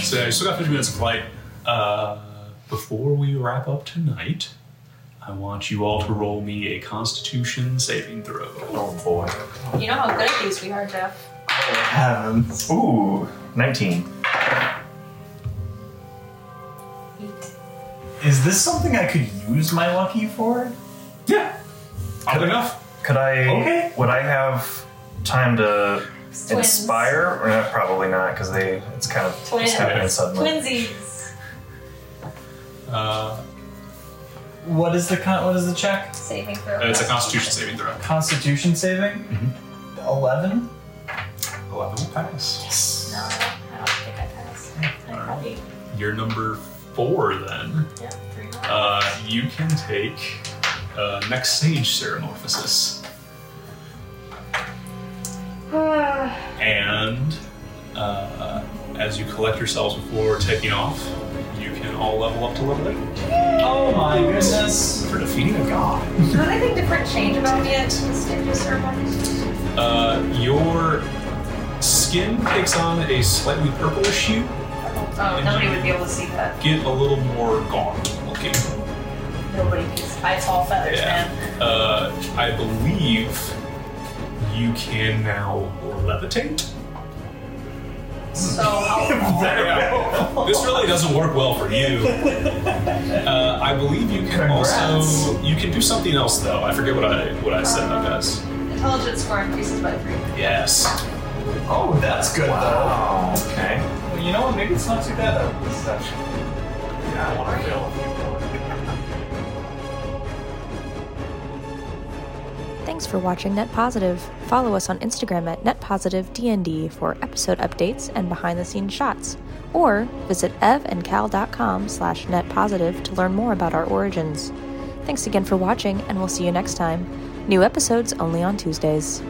So yeah, you still got 50 minutes of flight. Uh, before we wrap up tonight, I want you all to roll me a Constitution saving throw.
Oh boy.
You know how good at these we are, Jeff.
Heavens.
Ooh, nineteen.
Is this something I could use my lucky for?
Yeah, odd enough.
Could I?
Okay.
Would I have time to
Twins.
inspire? Or not, probably not, because they. It's kind of
Twins.
it's happening suddenly.
Twinsies.
Uh,
What is the con- what is the check?
Saving throw.
it's a Constitution saving throw.
Constitution saving? 11?
11 will pass.
No, I don't think I passed. I probably,
You're number four then.
yeah, three more.
Uh, you can take uh, next stage Ceramorphosis. and uh, as you collect yourselves before taking off, you can all level up to level eight
Oh my goodness.
for defeating a god.
Does anything different change about me at the stage ceremony?
Uh, your skin takes on a slightly purplish hue.
Oh, nobody would be able to see that.
Get a little more gaunt looking.
Nobody needs. I it's all feathers, man.
Yeah. Uh, I believe you can now levitate. (laughs)
So how?
Yeah. This really doesn't work well for you. Uh, I believe you can also you can do something else though. I forget what I what I said that does.
Intelligence score increases by three.
Yes.
Oh, that's good
Okay.
though. Well, you know what? Maybe it's not too bad out of this section.
Yeah, I want to fail.
Thanks for watching Net Positive. Follow us on Instagram at netpositivednd for episode updates and behind-the-scenes shots, or visit evandcal.com slash netpositive to learn more about our origins. Thanks again for watching, and we'll see you next time. New episodes only on Tuesdays.